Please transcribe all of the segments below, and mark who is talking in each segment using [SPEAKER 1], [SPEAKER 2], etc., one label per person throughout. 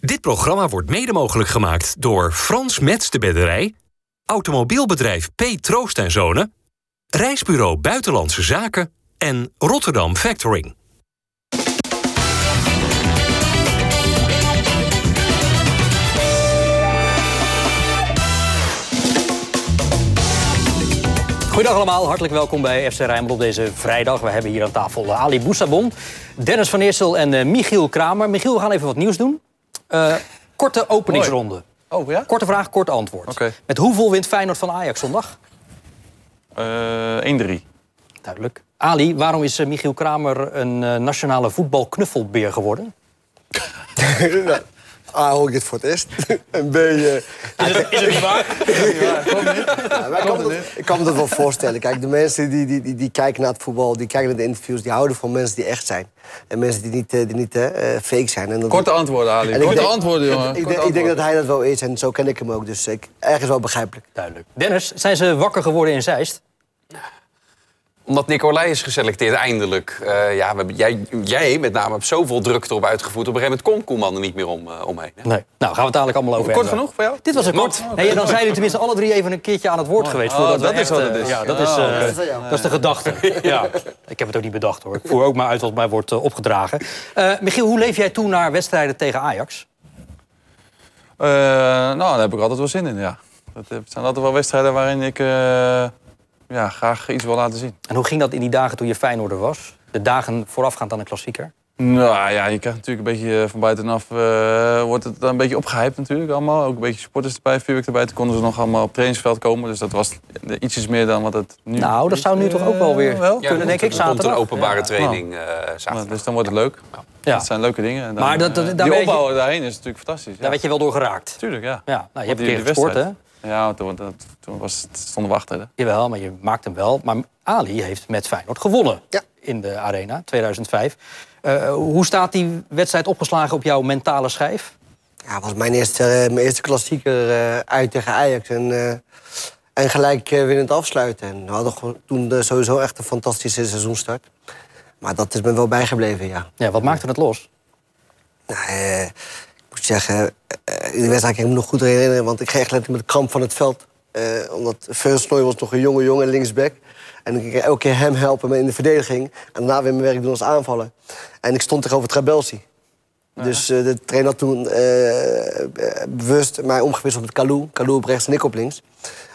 [SPEAKER 1] Dit programma wordt mede mogelijk gemaakt door Frans Mets de Bedderij, Automobielbedrijf P. Troost en Zonen, Reisbureau Buitenlandse Zaken en Rotterdam Factoring.
[SPEAKER 2] Goedendag allemaal, hartelijk welkom bij FC Rijnmond op deze vrijdag. We hebben hier aan tafel eh, Ali Boussabon, Dennis van Eersel en eh, Michiel Kramer. Michiel, we gaan even wat nieuws doen. Eh, korte openingsronde.
[SPEAKER 3] Oh ja?
[SPEAKER 2] Korte vraag, kort antwoord.
[SPEAKER 3] Oké.
[SPEAKER 2] Met hoeveel wint Feyenoord van Ajax zondag?
[SPEAKER 3] Eh 1-3.
[SPEAKER 2] Duidelijk. Ali, waarom is eh, Michiel Kramer een eh, nationale voetbalknuffelbeer geworden?
[SPEAKER 4] A, Ah, hoor ik dit voor het eerst. En B, eh, ja, maar ik, kan me dat, ik kan me dat wel voorstellen. Kijk, de mensen die, die, die, die kijken naar het voetbal, die kijken naar de interviews... die houden van mensen die echt zijn. En mensen die niet, eh, die niet eh, eh, fake zijn. En dat-
[SPEAKER 5] Korte antwoorden, Ali.
[SPEAKER 4] en ik
[SPEAKER 5] Korte
[SPEAKER 4] denk-
[SPEAKER 5] antwoorden, jongen.
[SPEAKER 4] Ik,
[SPEAKER 5] Korte
[SPEAKER 4] denk- ik denk dat hij dat wel is en zo ken ik hem ook. Dus ik, ergens wel begrijpelijk.
[SPEAKER 2] Duidelijk. Dennis, zijn ze wakker geworden in Zeist?
[SPEAKER 6] Omdat Nicolai is geselecteerd, eindelijk. Eh, ja, we hebben- jij, jij met name hebt zoveel druk erop uitgevoerd. Op een gegeven moment komt Koeman er niet meer om, eh, omheen. hè?
[SPEAKER 2] Nee. Nou, gaan we het dadelijk allemaal over
[SPEAKER 5] Kort
[SPEAKER 2] hebben.
[SPEAKER 5] genoeg voor jou?
[SPEAKER 2] Dit was een kort. Nee, ja, dan zijn jullie tenminste alle drie even een keertje aan het woord geweest.
[SPEAKER 5] Oh,
[SPEAKER 2] voordat we
[SPEAKER 5] dat is
[SPEAKER 2] echt,
[SPEAKER 5] wat het
[SPEAKER 2] eh,
[SPEAKER 5] is.
[SPEAKER 2] Ja, dat, is, eh,
[SPEAKER 4] is aan jou.
[SPEAKER 2] dat is de gedachte. ja. Ik heb het ook niet bedacht hoor. Ik voer ook maar uit wat mij wordt eh, opgedragen. Eh, Michiel, hoe leef jij toe naar wedstrijden tegen Ajax?
[SPEAKER 5] Eh, nou, daar heb ik altijd wel zin in, ja. Dat eh, het zijn altijd wel wedstrijden waarin ik eh, ja, graag iets wil laten zien.
[SPEAKER 2] En hoe ging dat in die dagen toen je Feyenoorder was? De dagen voorafgaand aan de klassieker?
[SPEAKER 5] Nou ja, je krijgt natuurlijk een beetje eh, van buitenaf... eh, wordt het dan een beetje opgehyped natuurlijk allemaal. Ook een beetje supporters erbij, vuurwerk erbij. Toen konden ze nog allemaal op trainingsveld komen. Dus dat was ietsjes meer dan wat het nu
[SPEAKER 2] Nou, dat zou nu
[SPEAKER 5] is.
[SPEAKER 2] toch ook wel weer
[SPEAKER 5] Eh,
[SPEAKER 2] kunnen,
[SPEAKER 6] er
[SPEAKER 2] denk
[SPEAKER 6] komt-
[SPEAKER 2] ik,
[SPEAKER 6] er komt een
[SPEAKER 2] zaterdag.
[SPEAKER 6] openbare
[SPEAKER 2] Ja.
[SPEAKER 6] training eh, zaterdag.
[SPEAKER 5] Nou, dus dan wordt het leuk.
[SPEAKER 2] Ja.
[SPEAKER 5] Dat zijn leuke dingen. En dan,
[SPEAKER 2] Maar dat- dat-
[SPEAKER 5] eh,
[SPEAKER 2] daar
[SPEAKER 5] die
[SPEAKER 2] weet je-
[SPEAKER 5] opbouw daarheen is natuurlijk fantastisch.
[SPEAKER 2] Daar
[SPEAKER 5] Ja.
[SPEAKER 2] werd je wel door geraakt.
[SPEAKER 5] Tuurlijk, ja.
[SPEAKER 2] Ja, nou, je hebt een
[SPEAKER 5] Die-
[SPEAKER 2] keer
[SPEAKER 5] die
[SPEAKER 2] gescoord hè?
[SPEAKER 5] wedstrijd. Ja, want toen, dat- toen was het, stonden we achter. Hè?
[SPEAKER 2] Jawel, maar je maakt hem wel. Maar Ali heeft met Feyenoord gewonnen
[SPEAKER 4] Ja.
[SPEAKER 2] in de Arena 2005. Eh, hoe staat die wedstrijd opgeslagen op jouw mentale schijf?
[SPEAKER 4] Ja, het was mijn eerste, eh, mijn eerste klassieker eh, uit tegen Ajax. En, eh, en gelijk eh, winnend afsluiten. En we hadden gewoon toen eh, sowieso echt een fantastische seizoenstart. Maar dat is me wel bijgebleven, ja.
[SPEAKER 2] Ja, wat maakte het los?
[SPEAKER 4] Nou, eh, ik moet zeggen, eh, in de wedstrijd kan ik me nog goed herinneren... want ik ging echt letterlijk met de kramp van het veld. Eh, omdat Versnoy was nog een jonge jongen linksback. En ik ging elke keer hem helpen in de verdediging. En daarna weer mijn werk doen als aanvaller. En ik stond tegenover Trabelsi. Dus eh, de trainer had toen eh, eh, bewust mij omgewisseld met Kalou. Kalou op rechts en ik op links.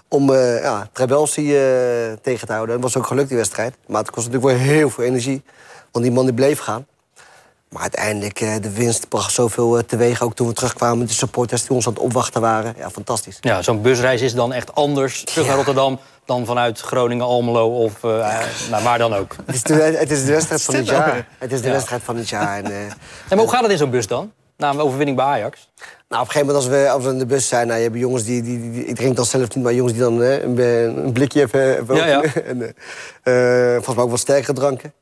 [SPEAKER 4] Om eh ja, Trabelsi eh, tegen te houden. Dat was ook gelukt, die wedstrijd. Maar het kost natuurlijk wel heel veel energie. Want die man die bleef gaan. Maar uiteindelijk, eh, de winst bracht zoveel eh, teweeg. Ook toen we terugkwamen met de supporters die ons aan het opwachten waren. Ja, fantastisch.
[SPEAKER 2] Ja, zo'n busreis is dan echt anders terug naar
[SPEAKER 4] Ja.
[SPEAKER 2] Rotterdam... dan vanuit Groningen, Almelo of eh, nou, waar dan ook.
[SPEAKER 4] Het is de, het is de wedstrijd van het jaar. Het is de wedstrijd van het jaar. En, eh,
[SPEAKER 2] En maar hoe gaat het in zo'n bus dan? Na een overwinning bij Ajax?
[SPEAKER 4] nou, op een gegeven moment als we, als we in de bus zijn... Nou, je hebt jongens die, die, die- die- Ik drink dan zelf niet, maar jongens die dan eh, een, een blikje hebben. hebben
[SPEAKER 2] Ja, ja.
[SPEAKER 4] openen. En, eh, eh, volgens mij ook wat sterkere dranken.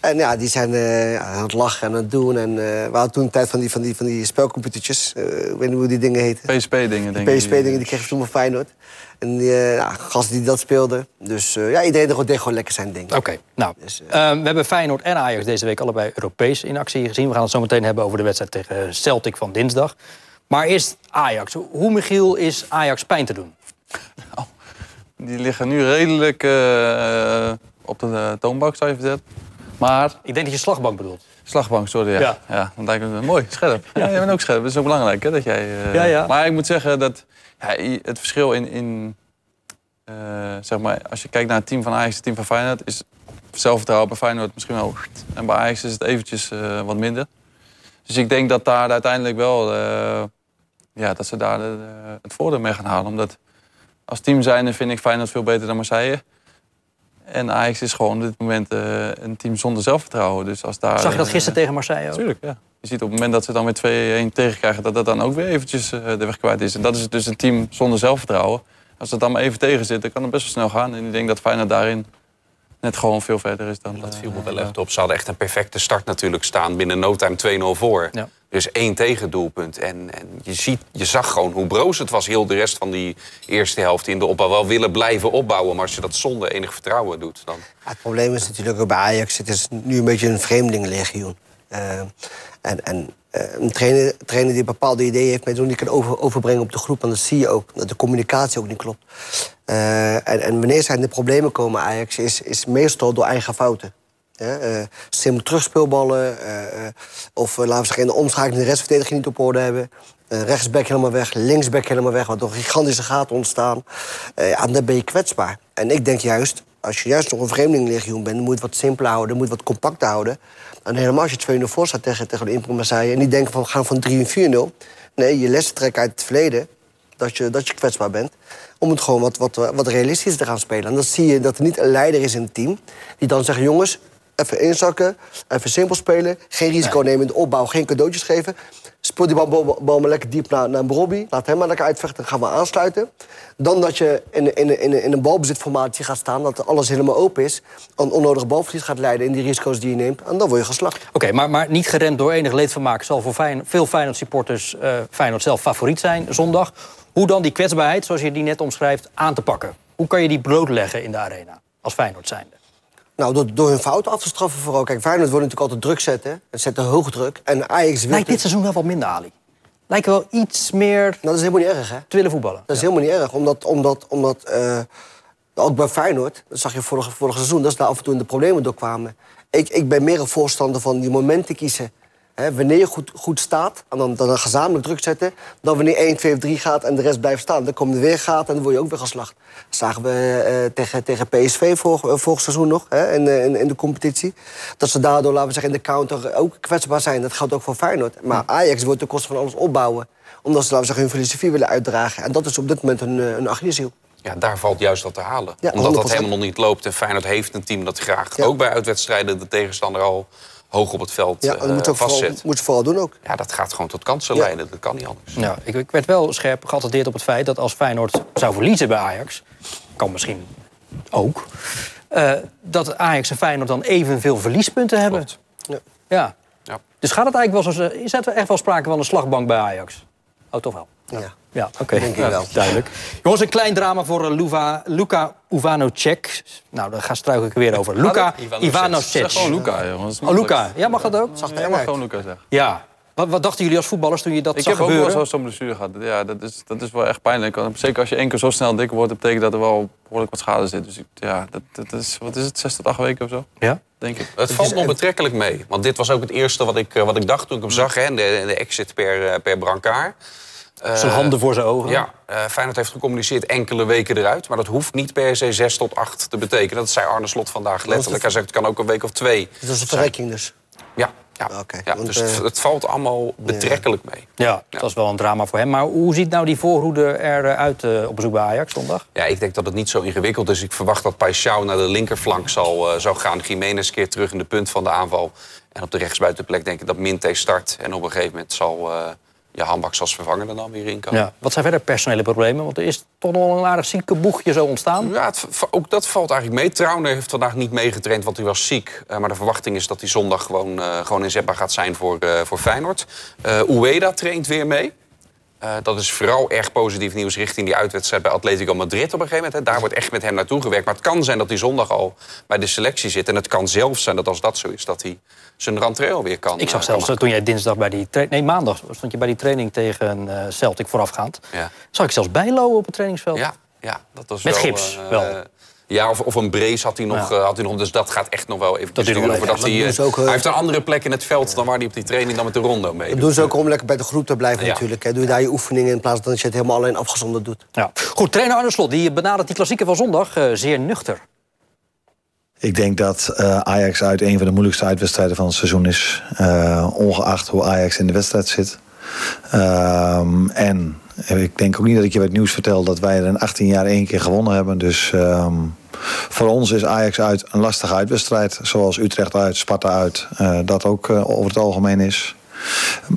[SPEAKER 4] En ja, die zijn eh, aan het lachen en aan het doen. En eh, we hadden toen een tijd van die, van die, van die spelcomputertjes. Eh, ik weet niet hoe die dingen heten.
[SPEAKER 5] PSP-dingen, denk ik.
[SPEAKER 4] PSP-dingen, die kreeg je toen van Feyenoord. En die eh, ja, gasten die dat speelden. Dus eh, ja, iedereen deed gewoon lekker zijn ding.
[SPEAKER 2] Oké, nou, ehm, we hebben Feyenoord en Ajax deze week allebei Europees in actie gezien. We gaan het zo meteen hebben over de wedstrijd tegen eh, Celtic van dinsdag. Maar eerst Ajax. Hoe, Michiel, is Ajax pijn te doen?
[SPEAKER 5] Die liggen nu redelijk eh, op de eh, toonbank, zou je verzetten. Maar,
[SPEAKER 2] Ik denk dat je slagbank bedoelt.
[SPEAKER 5] slagbank, sorry. Ja,
[SPEAKER 2] Ja.
[SPEAKER 5] ja. dan lijkt het me mooi, scherp. Ja, jij bent ook scherp. Dat is ook belangrijk, hè, dat jij... eh,
[SPEAKER 2] Ja, ja.
[SPEAKER 5] Maar ik moet zeggen dat ja, i- het verschil in... in eh, zeg maar, als je kijkt naar het team van Ajax en het team van Feyenoord... is zelfvertrouwen bij Feyenoord misschien wel... En bij Ajax is het eventjes eh, wat minder. Dus ik denk dat daar uiteindelijk wel... eh, ja, dat ze daar eh, het voordeel mee gaan halen. Omdat als team zijnde vind ik Feyenoord veel beter dan Marseille. En Ajax is gewoon op dit moment eh, een team zonder zelfvertrouwen. Dus als daar,
[SPEAKER 2] Zag je dat
[SPEAKER 5] eh,
[SPEAKER 2] gisteren tegen Marseille ook?
[SPEAKER 5] Tuurlijk, ja. Je ziet op het moment dat ze dan weer 2-1 tegenkrijgen... dat dat dan ook weer eventjes eh, de weg kwijt is. En dat is dus een team zonder zelfvertrouwen. Als dat dan maar even tegen zit, dan kan het best wel snel gaan. En ik denk dat Feyenoord daarin net gewoon veel verder is dan...
[SPEAKER 6] Dat
[SPEAKER 5] eh,
[SPEAKER 6] viel me wel echt op. Ze hadden echt een perfecte start natuurlijk staan. Binnen no time 2-0 voor.
[SPEAKER 2] Ja.
[SPEAKER 6] Dus één tegendoelpunt. En, en je, ziet, je zag gewoon hoe broos het was heel de rest van die eerste helft in de opbouw. Wel willen blijven opbouwen, maar als je dat zonder enig vertrouwen doet... dan
[SPEAKER 4] Ja, het probleem is natuurlijk ook bij Ajax. Het is nu een beetje een vreemdelingenlegioen. Eh, en en eh, een trainer, trainer die bepaalde ideeën heeft, maar die niet kan over, overbrengen op de groep. En dat zie je ook, dat de communicatie ook niet klopt. Eh, en, en wanneer zij in de problemen komen, Ajax, is, is meestal door eigen fouten. Ja, eh, simpel terugspeelballen. eh, eh, of eh, laten we zeggen, in de omschakeling de restverdediging niet op orde hebben. Eh, rechtsback helemaal weg, linksback helemaal weg. Waardoor gigantische gaten ontstaan. Eh, ja, dan ben je kwetsbaar. En ik denk juist, als je juist nog een vreemdelinglegioen bent... moet je het wat simpeler houden, moet je het wat compacter houden. En helemaal als je 2-0 voor staat tegen, tegen de Impro Marseille... en niet denken van, we gaan van 3-4-0. Nee, je lessen trekken uit het verleden dat je, dat je kwetsbaar bent. Om het gewoon wat, wat, wat realistisch te gaan spelen. En dan zie je dat er niet een leider is in het team... die dan zegt, jongens, even inzakken, even simpel spelen... geen risico nemen in de opbouw, geen cadeautjes geven. Speel die bal, bal, bal maar lekker diep naar, naar Robbie. Laat hem maar lekker uitvechten, dan gaan we aansluiten. Dan dat je in, in, in, in een balbezitformatie gaat staan... dat alles helemaal open is, een onnodige balverlies gaat leiden... in die risico's die je neemt, en dan word je geslacht.
[SPEAKER 2] Oké, maar, maar niet geremd door enig leedvermaak... zal voor Fijn- veel Feyenoord-supporters eh Feyenoord zelf favoriet zijn zondag. Hoe dan die kwetsbaarheid, zoals je die net omschrijft, aan te pakken? Hoe kan je die blootleggen in de arena, als Feyenoord zijnde?
[SPEAKER 4] Nou, door, door hun fouten af te straffen vooral. Kijk, Feyenoord wil natuurlijk altijd druk zetten. Het zet de hoog druk. En Ajax wil...
[SPEAKER 2] Lijkt dit
[SPEAKER 4] natuurlijk-
[SPEAKER 2] seizoen wel wat minder, Ali. Lijkt wel iets meer
[SPEAKER 4] Nou, dat is helemaal niet erg, hè?
[SPEAKER 2] te willen voetballen.
[SPEAKER 4] Dat is helemaal niet erg, omdat, omdat, omdat eh, ook bij Feyenoord, dat zag je vorig, vorig seizoen, dat ze daar af en toe in de problemen doorkwamen. Ik, ik ben meer een voorstander van die momenten kiezen. Hè, wanneer je goed, goed staat, en dan, dan een gezamenlijk druk zetten... dan wanneer 1, 2 of 3 gaat en de rest blijft staan. Dan komen er weer gaten en dan word je ook weer geslacht. Dat zagen we eh, tegen, tegen PSV vorig, eh, vorig seizoen nog, hè, in, eh, in, in de competitie. Dat ze daardoor, laten we zeggen, in de counter ook kwetsbaar zijn. Dat geldt ook voor Feyenoord. Maar Ajax wordt ten koste van alles opbouwen omdat ze laten we zeggen, hun filosofie willen uitdragen. En dat is op dit moment een, eh, een Achilleshiel.
[SPEAKER 6] Ja, daar valt juist wat te halen.
[SPEAKER 4] Ja,
[SPEAKER 6] Omdat dat
[SPEAKER 4] 100%.
[SPEAKER 6] helemaal nog niet loopt. En Feyenoord heeft een team dat graag,
[SPEAKER 4] Ja.
[SPEAKER 6] ook bij uitwedstrijden... de tegenstander al hoog op het veld
[SPEAKER 4] Ja,
[SPEAKER 6] ja,
[SPEAKER 4] dat moet, ze ook vooral,
[SPEAKER 6] vastzet.
[SPEAKER 4] moet ze vooral doen ook.
[SPEAKER 6] Ja, dat gaat gewoon tot kansen
[SPEAKER 4] Ja.
[SPEAKER 6] leiden. Dat kan niet anders.
[SPEAKER 2] Ja, ik, ik werd wel scherp geattendeerd op het feit dat als Feyenoord zou verliezen bij Ajax... kan misschien ook... eh, dat Ajax en Feyenoord dan evenveel verliespunten hebben.
[SPEAKER 6] Klopt.
[SPEAKER 4] Ja.
[SPEAKER 2] Ja.
[SPEAKER 6] Ja.
[SPEAKER 2] Dus gaat het eigenlijk wel zo... Is er echt wel sprake van een slagbank bij Ajax? Oh, toch wel.
[SPEAKER 4] Ja.
[SPEAKER 2] Ja, oké.
[SPEAKER 4] Denk ik wel.
[SPEAKER 2] Duidelijk. Jongens, een klein drama voor eh, Luva, Luka Ivanovic. Nou, daar ga struikel ik er weer over. Luka
[SPEAKER 6] Ivanovic.
[SPEAKER 2] Ivanovic.
[SPEAKER 5] Zeg gewoon Luca, jongens.
[SPEAKER 2] Oh, Luka. Ja, mag dat ook?
[SPEAKER 5] Jij mag gewoon Luca zeggen.
[SPEAKER 2] Ja. Wat, wat dachten jullie als voetballers toen je dat
[SPEAKER 5] Ik
[SPEAKER 2] zag
[SPEAKER 5] heb ook
[SPEAKER 2] gebeuren?
[SPEAKER 5] wel zo- zo'n blessure gehad. Ja, dat is, dat is wel echt pijnlijk. Want Zeker als je één keer zo snel dik wordt, dat betekent dat er wel behoorlijk wat schade zit. Dus ik- ja, dat, dat is, wat is het, zes tot acht weken of zo,
[SPEAKER 2] Ja?
[SPEAKER 5] denk ik.
[SPEAKER 6] Het valt nog betrekkelijk mee. Want dit was ook het eerste wat ik, eh, wat ik dacht toen ik hem zag. Hè, de, de exit per, eh, per brancard. Eh,
[SPEAKER 2] Zijn handen voor zijn ogen.
[SPEAKER 6] Ja, eh Feyenoord heeft gecommuniceerd enkele weken eruit. Maar dat hoeft niet per se 6 tot 8 te betekenen. Dat zei Arne Slot vandaag letterlijk. Hij zegt het kan ook een week of twee.
[SPEAKER 4] Dus dat is een verrijking dus.
[SPEAKER 6] Ja, ja.
[SPEAKER 4] Oké,
[SPEAKER 6] ja
[SPEAKER 4] want,
[SPEAKER 6] dus het,
[SPEAKER 4] eh,
[SPEAKER 6] het valt allemaal betrekkelijk mee.
[SPEAKER 2] Ja, dat was wel een drama voor hem. Maar hoe ziet nou die voorhoede eruit eh, op bezoek bij Ajax zondag?
[SPEAKER 6] Ja, ik denk dat het niet zo ingewikkeld is. Ik verwacht dat Paixão naar de linkerflank zal, eh, zal gaan. Jiménez keert terug in de punt van de aanval. En op de rechtsbuitenplek denk ik dat Minte start. En op een gegeven moment zal eh je handbak als vervanger er dan weer in komen.
[SPEAKER 2] Ja. Wat zijn verder personele problemen? Want er is toch nog wel een aardig zieke boegje zo ontstaan.
[SPEAKER 6] Ja, het v- ook dat valt eigenlijk mee. Trauner heeft vandaag niet meegetraind, want hij was ziek. Eh, maar de verwachting is dat hij zondag gewoon, eh gewoon inzetbaar gaat zijn voor, eh, voor Feyenoord. Eh Ueda traint weer mee. Eh, dat is vooral erg positief nieuws richting die uitwedstrijd bij Atletico Madrid op een gegeven moment. Hè. Daar wordt echt met hem naartoe gewerkt. Maar het kan zijn dat hij zondag al bij de selectie zit. En het kan zelfs zijn dat als dat zo is, dat hij zijn rentree alweer kan.
[SPEAKER 2] Ik zag
[SPEAKER 6] eh,
[SPEAKER 2] zelfs
[SPEAKER 6] kan
[SPEAKER 2] eh, toen jij dinsdag bij die tra- Nee, maandag stond je bij die training tegen eh, Celtic voorafgaand.
[SPEAKER 6] Ja.
[SPEAKER 2] Zag ik zelfs Bijlo op het trainingsveld.
[SPEAKER 6] Ja, ja dat was
[SPEAKER 2] Oh. Met
[SPEAKER 6] wel,
[SPEAKER 2] gips,
[SPEAKER 6] eh,
[SPEAKER 2] wel.
[SPEAKER 6] Ja, of, of een brace had hij, nog,
[SPEAKER 2] Ja.
[SPEAKER 6] eh, had hij nog. Dus dat gaat echt nog wel even
[SPEAKER 2] Dat duurt nog
[SPEAKER 6] duren.
[SPEAKER 2] even.
[SPEAKER 6] voordat
[SPEAKER 2] Ja,
[SPEAKER 6] hij,
[SPEAKER 4] dat
[SPEAKER 6] eh,
[SPEAKER 4] doen ze ook, eh,
[SPEAKER 6] hij heeft een andere plek in het veld dan waar hij op die training dan met de rondo mee
[SPEAKER 4] Dat
[SPEAKER 6] doet.
[SPEAKER 4] doen ze ook om lekker bij de groep te blijven
[SPEAKER 6] Ja.
[SPEAKER 4] natuurlijk. Hè. Doe je daar je oefeningen in plaats van dat je het helemaal alleen afgezonderd doet.
[SPEAKER 2] Ja. Goed, trainer Arne Slot die benadert die klassieker van zondag eh, zeer nuchter.
[SPEAKER 3] Ik denk dat eh, Ajax uit een van de moeilijkste uitwedstrijden van het seizoen is. Eh, ongeacht hoe Ajax in de wedstrijd zit. Ehm, en ik denk ook niet dat ik je wat nieuws vertel dat wij er in 18 jaar één keer gewonnen hebben. Dus ehm, voor ons is Ajax uit een lastige uitwedstrijd. Zoals Utrecht uit, Sparta uit. eh, dat ook eh, over het algemeen is.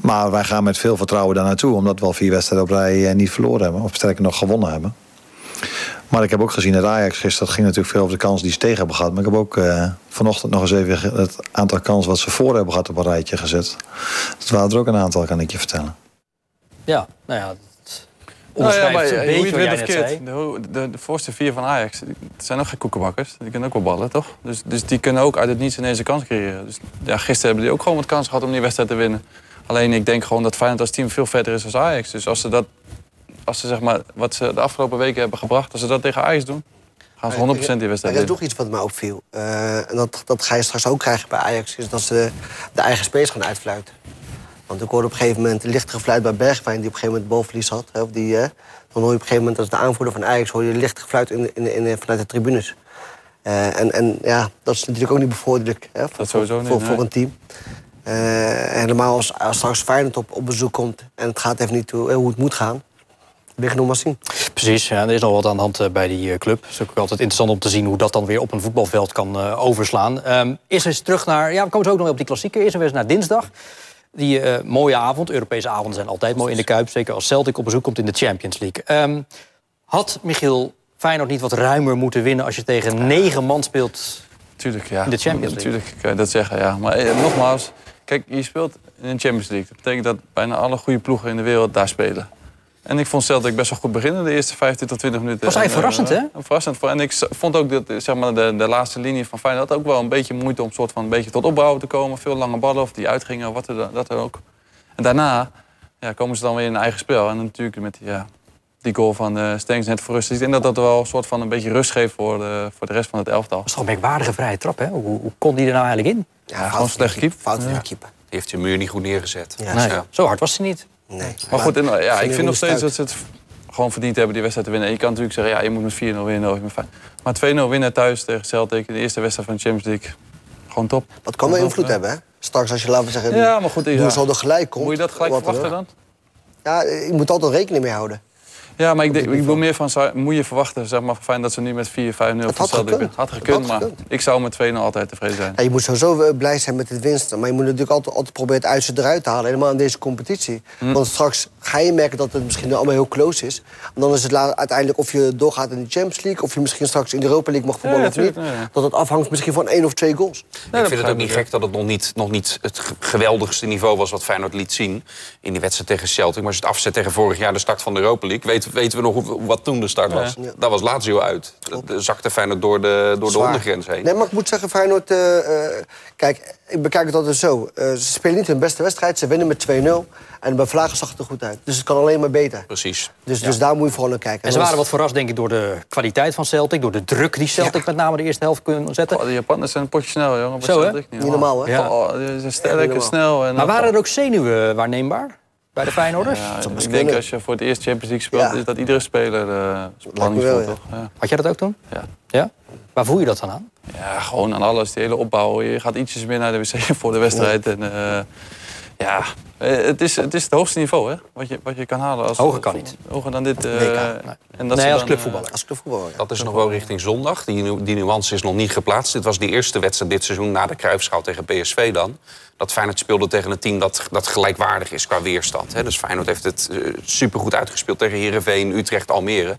[SPEAKER 3] Maar wij gaan met veel vertrouwen daar naartoe. Omdat we al vier wedstrijden op rij eh, niet verloren hebben. Of sterker nog gewonnen hebben. Maar ik heb ook gezien dat Ajax gisteren, dat ging natuurlijk veel over de kans die ze tegen hebben gehad. Maar ik heb ook eh, vanochtend nog eens even ge- het aantal kansen wat ze voor hebben gehad op een rijtje gezet. Dat waren er ook een aantal, kan ik je vertellen.
[SPEAKER 2] Ja, nou ja. dat- onderschrijft
[SPEAKER 5] maar eh,
[SPEAKER 2] een
[SPEAKER 5] hoe
[SPEAKER 2] beetje
[SPEAKER 5] je het
[SPEAKER 2] wat
[SPEAKER 5] wint
[SPEAKER 2] jij
[SPEAKER 5] of
[SPEAKER 2] net
[SPEAKER 5] keert,
[SPEAKER 2] zei.
[SPEAKER 5] De, de, de voorste vier van Ajax die- het zijn ook geen koekenbakkers. Die kunnen ook wel ballen, toch? Dus, dus die kunnen ook uit het niets ineens een kans creëren. Dus ja, gisteren hebben die ook gewoon wat kans gehad om die wedstrijd te winnen. Alleen ik denk gewoon dat Feyenoord als team veel verder is dan Ajax. Dus als ze dat, als ze zeg maar wat ze de afgelopen weken hebben gebracht, als ze dat tegen Ajax doen, gaan ze 100% die wedstrijd
[SPEAKER 4] Er is
[SPEAKER 5] winnen.
[SPEAKER 4] nog iets wat me opviel. Eh, en dat, dat ga je straks ook krijgen bij Ajax. Is dat ze de eigen space gaan uitfluiten. Want ik hoorde op een gegeven moment een licht gefluit bij Bergwijn... die op een gegeven moment balverlies had. Hè, of die, eh, dan hoor je op een gegeven moment als de aanvoerder van Ajax... hoor je licht gefluit in, in, in, vanuit de tribunes. Eh, en, en ja, dat is natuurlijk ook niet bevorderlijk hè, voor,
[SPEAKER 5] Dat sowieso niet,
[SPEAKER 4] voor, voor
[SPEAKER 5] nee.
[SPEAKER 4] een team. Eh, helemaal als, als straks Feyenoord op, op bezoek komt... en het gaat even niet hoe, hoe het moet gaan... wil ik nog maar zien.
[SPEAKER 2] Precies, ja, er is nog wat aan de hand eh, bij die eh, club. Het is ook altijd interessant om te zien hoe dat dan weer op een voetbalveld kan eh, overslaan. Ehm eerst eens terug naar, ja, we komen zo ook nog op die klassieker. Eerst eens naar dinsdag. Die eh, mooie avond, Europese avonden zijn altijd mooi in de Kuip. Zeker als Celtic op bezoek komt in de Champions League. Ehm, had Michiel Feyenoord niet wat ruimer moeten winnen als je tegen negen man speelt?
[SPEAKER 5] Tuurlijk, ja.
[SPEAKER 2] In de Champions League.
[SPEAKER 5] Natuurlijk kan je dat zeggen, ja. Maar eh, nogmaals, kijk, je speelt in de Champions League. Dat betekent dat bijna alle goede ploegen in de wereld daar spelen. En ik vond Celtic best wel goed beginnen, de eerste 15 tot 20 minuten.
[SPEAKER 2] Was hij
[SPEAKER 5] En, eh,
[SPEAKER 2] verrassend, hè?
[SPEAKER 5] Verrassend. En ik s- vond ook dat eh, zeg maar, de, de laatste linie van Feyenoord had ook wel een beetje moeite om soort van een beetje tot opbouwen te komen. Veel lange ballen of die uitgingen, wat er, dan- dat dan ook. En daarna ja, komen ze dan weer in eigen spel. En natuurlijk met ja, die goal van eh Stengs net voor rust. Dus ik denk dat dat wel een soort van een beetje rust geeft voor de, voor de rest van het elftal.
[SPEAKER 2] Dat is toch een merkwaardige vrije trap, hè? Hoe, hoe kon die er nou eigenlijk in?
[SPEAKER 4] Ja,
[SPEAKER 5] gewoon
[SPEAKER 4] fout van
[SPEAKER 5] slecht
[SPEAKER 4] de
[SPEAKER 5] keeper.
[SPEAKER 4] Fout van de keeper.
[SPEAKER 6] Die heeft de muur niet goed neergezet.
[SPEAKER 4] Ja.
[SPEAKER 2] Nee,
[SPEAKER 6] Ja.
[SPEAKER 2] Zo hard was ze niet.
[SPEAKER 4] Nee.
[SPEAKER 5] Maar goed, en, eh, ja, ik vind nog steeds
[SPEAKER 4] dat
[SPEAKER 5] dat ze het gewoon verdiend hebben die wedstrijd te winnen. En je kan natuurlijk zeggen, ja, je moet met 4-0 winnen. Of met 5. Maar 2-0 winnen thuis tegen Celtic, in de eerste wedstrijd van de Champions League. Gewoon top.
[SPEAKER 4] Dat kan wel invloed hebben, hè? Straks als je, laten we zeggen,
[SPEAKER 5] Ja, maar goed, ja.
[SPEAKER 4] Doe zo er gelijk komt.
[SPEAKER 5] Moet je dat gelijk
[SPEAKER 4] wat eh?
[SPEAKER 5] verwachten
[SPEAKER 4] ook.
[SPEAKER 5] dan?
[SPEAKER 4] Ja, je moet altijd rekening mee houden.
[SPEAKER 5] Ja, maar ik, denk, ik wil meer van, zou- moet je verwachten, zeg maar, fijn dat ze nu met 4-5-0 van
[SPEAKER 4] Het had
[SPEAKER 5] Celtic
[SPEAKER 4] gekund.
[SPEAKER 5] winnen. Had
[SPEAKER 4] Het
[SPEAKER 5] gekund,
[SPEAKER 4] had
[SPEAKER 5] maar
[SPEAKER 4] gekund.
[SPEAKER 5] ik zou met 2-0 altijd tevreden zijn.
[SPEAKER 4] Ja, je moet sowieso eh, blij zijn met het winsten. Maar je moet natuurlijk altijd, altijd proberen het uitzet eruit te halen. Helemaal in deze competitie.
[SPEAKER 5] Hm.
[SPEAKER 4] Want straks ga je merken dat het misschien allemaal heel close is. En dan is het la- uiteindelijk of je doorgaat in de Champions League... of je misschien straks in de Europa League mag voetballen
[SPEAKER 5] Ja,
[SPEAKER 4] of niet.
[SPEAKER 5] natuurlijk, ja, ja.
[SPEAKER 4] Dat het afhangt misschien van één of twee goals.
[SPEAKER 6] ik vind het ook
[SPEAKER 5] begrijp
[SPEAKER 6] niet
[SPEAKER 5] ik,
[SPEAKER 6] gek dat het nog niet, nog niet het ge- geweldigste niveau was wat Feyenoord liet zien in die wedstrijd tegen Celtic. Maar als je het afzet tegen vorig jaar de start van de Europa League, weten, weten we nog hoe- wat toen de start was.
[SPEAKER 4] Ja.
[SPEAKER 6] Daar was Lazio uit. De- de- Zakte Feyenoord door de, door de
[SPEAKER 4] Zwaar.
[SPEAKER 6] ondergrens heen.
[SPEAKER 4] Nee, maar ik moet zeggen, Feyenoord... eh, eh, kijk, ik bekijk het altijd zo. Eh, ze spelen niet hun beste wedstrijd. Ze winnen met 2-0. En bij Vlagen zag het er goed uit. Dus het kan alleen maar beter.
[SPEAKER 6] Precies.
[SPEAKER 4] Dus, dus daar moet je vooral naar kijken.
[SPEAKER 2] En ze
[SPEAKER 4] dan
[SPEAKER 2] waren
[SPEAKER 4] is-
[SPEAKER 2] wat verrast, denk ik, door de kwaliteit van Celtic. Door de druk die Celtic met name de eerste helft kunnen zetten.
[SPEAKER 5] Oh, de Japanners zijn een potje snel, jongen. bij
[SPEAKER 2] Zo, hè?
[SPEAKER 5] Celtic.
[SPEAKER 4] Niet normaal, hè?
[SPEAKER 2] Ja.
[SPEAKER 5] Oh, ze zijn sterk en
[SPEAKER 4] normaal.
[SPEAKER 5] snel. En
[SPEAKER 2] Maar waren er ook zenuwen waarneembaar bij de Feyenoorders?
[SPEAKER 5] Nou, Ja,
[SPEAKER 4] best
[SPEAKER 5] ik denk
[SPEAKER 4] kunnen.
[SPEAKER 5] als je voor het eerst Champions League speelt,
[SPEAKER 4] Ja.
[SPEAKER 5] is dat iedere speler eh
[SPEAKER 4] Lijkt me
[SPEAKER 5] spanning
[SPEAKER 4] wel,
[SPEAKER 5] voelt, toch? Ja.
[SPEAKER 2] Had jij dat ook toen?
[SPEAKER 5] Ja.
[SPEAKER 2] Ja? Waar voel je dat dan aan?
[SPEAKER 5] ja, gewoon aan alles. Die hele opbouw. Je gaat ietsjes meer naar de wc voor de wedstrijd. En, eh, ja, eh, het is, het is het hoogste niveau, hè? Wat je, wat je kan halen. Als,
[SPEAKER 2] Hoger kan niet.
[SPEAKER 5] Hoger dan dit. eh, en dat
[SPEAKER 2] nee,
[SPEAKER 5] ze
[SPEAKER 2] als
[SPEAKER 5] dan,
[SPEAKER 2] clubvoetballer.
[SPEAKER 4] Als clubvoetballer, ja.
[SPEAKER 6] Dat is nog wel richting zondag. Die, nu- die nuance is nog niet geplaatst. Dit was de eerste wedstrijd dit seizoen na de Cruijffschaal tegen PSV dan. Dat Feyenoord speelde tegen een team dat, dat gelijkwaardig is qua weerstand. Hè. Dus Feyenoord heeft het eh, supergoed uitgespeeld tegen Heerenveen, Utrecht, Almere.